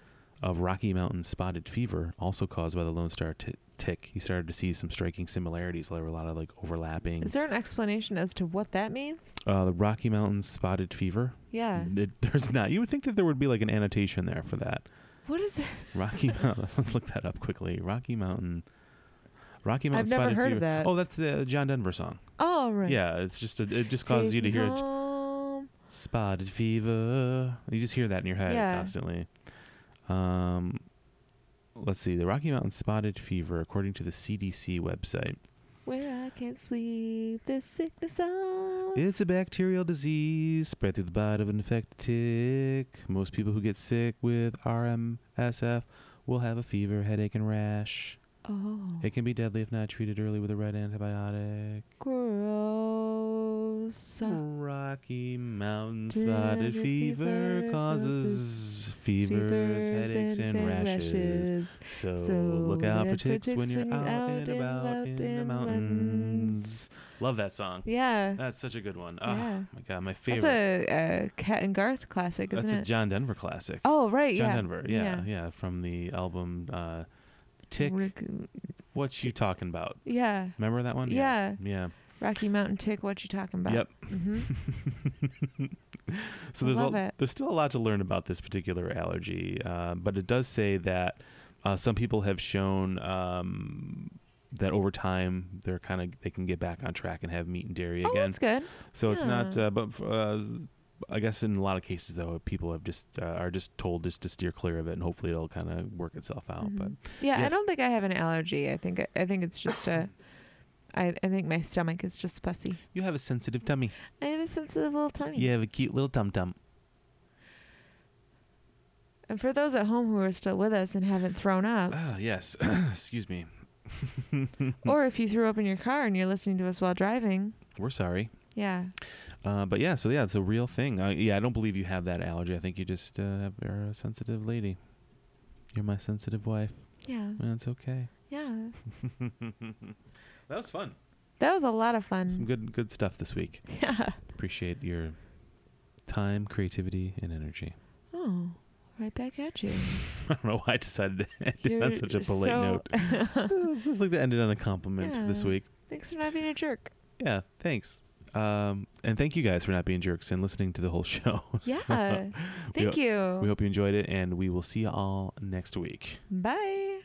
of Rocky Mountain spotted fever, also caused by the Lone Star t- tick, he started to see some striking similarities. There were a lot of like overlapping.
Is there an explanation as to what that means?
Uh, the Rocky Mountain spotted fever.
Yeah.
It- there's not. You would think that there would be like an annotation there for that.
What is that?
Rocky Mountain. Let's look that up quickly. Rocky Mountain. Rocky Mountain.
I've never
Spotted
heard of
Fever.
that.
Oh, that's the John Denver song.
Oh right.
Yeah, it's just a, it just causes
Take
you to
me
hear it.
home.
spotted fever. You just hear that in your head
Yeah.
constantly. Um, let's see the Rocky Mountain spotted fever, according to the CDC website.
Where I can't sleep, this sickness on.
It's a bacterial disease spread through the body of an infected tick. Most people who get sick with RMSF will have a fever, headache, and rash.
oh,
It can be deadly if not treated early with a red antibiotic.
gross.
Rocky Mountain
Deadly
spotted fever
fever
causes fevers, headaches, and rashes. So look out for ticks when you're out and about in the mountains. Love that song.
Yeah.
That's such a good one. Oh
Yeah.
my god, my
That's
favorite.
a, a Cat and Garth classic, isn't
That's a
it?
John Denver classic.
oh, right.
John
yeah.
Denver. Yeah, yeah,
Yeah.
from the album uh, Tick.
Rick-
what you talking about?
yeah.
Remember that one?
Yeah.
Yeah.
Rocky Mountain Tick, what you talking about?
Yep.
hmm
so
I
there's
love
a,
it.
there's still a lot to learn about this particular allergy, uh, but it does say that uh, some people have shown um, that over time they're kind of they can get back on track and have meat and dairy
Oh,
again.
that's good.
So it's not,
yeah.
uh, but uh, I guess in a lot of cases though, people have just uh, are just told just to steer clear of it, and hopefully it'll kind of work itself out. Oh, But
Mhm. yeah, I
yes.
don't think I have an allergy. I think I think it's just a. I, I think my stomach is just fussy.
you have a sensitive tummy.
I have a sensitive little tummy.
You have a cute little tum tum.
And for those at home who are still with us and haven't thrown up,
Ah, yes. Excuse me.
or if you threw up in your car and you're listening to us while driving,
We're sorry.
yeah,
Uh, but yeah, so yeah, it's a real thing. Uh, yeah, I don't believe you have that allergy. I think you just uh, are a sensitive lady. You're my sensitive wife,
yeah,
and it's okay.
yeah.
That was fun.
That was a lot of fun.
Some good good stuff this week.
Yeah.
Appreciate your time, creativity, and energy.
Oh, right back at you.
I don't know why I decided to end it
You're
on such a polite
so-
note. Uh, Just like to end it on a compliment this
Yeah.
week.
Thanks for not being a jerk.
Yeah, thanks. Um, and thank you guys for not being jerks and listening to the whole show. So,
Yeah. Thank you.
we hope you enjoyed it, and we will see you all next week.
Bye.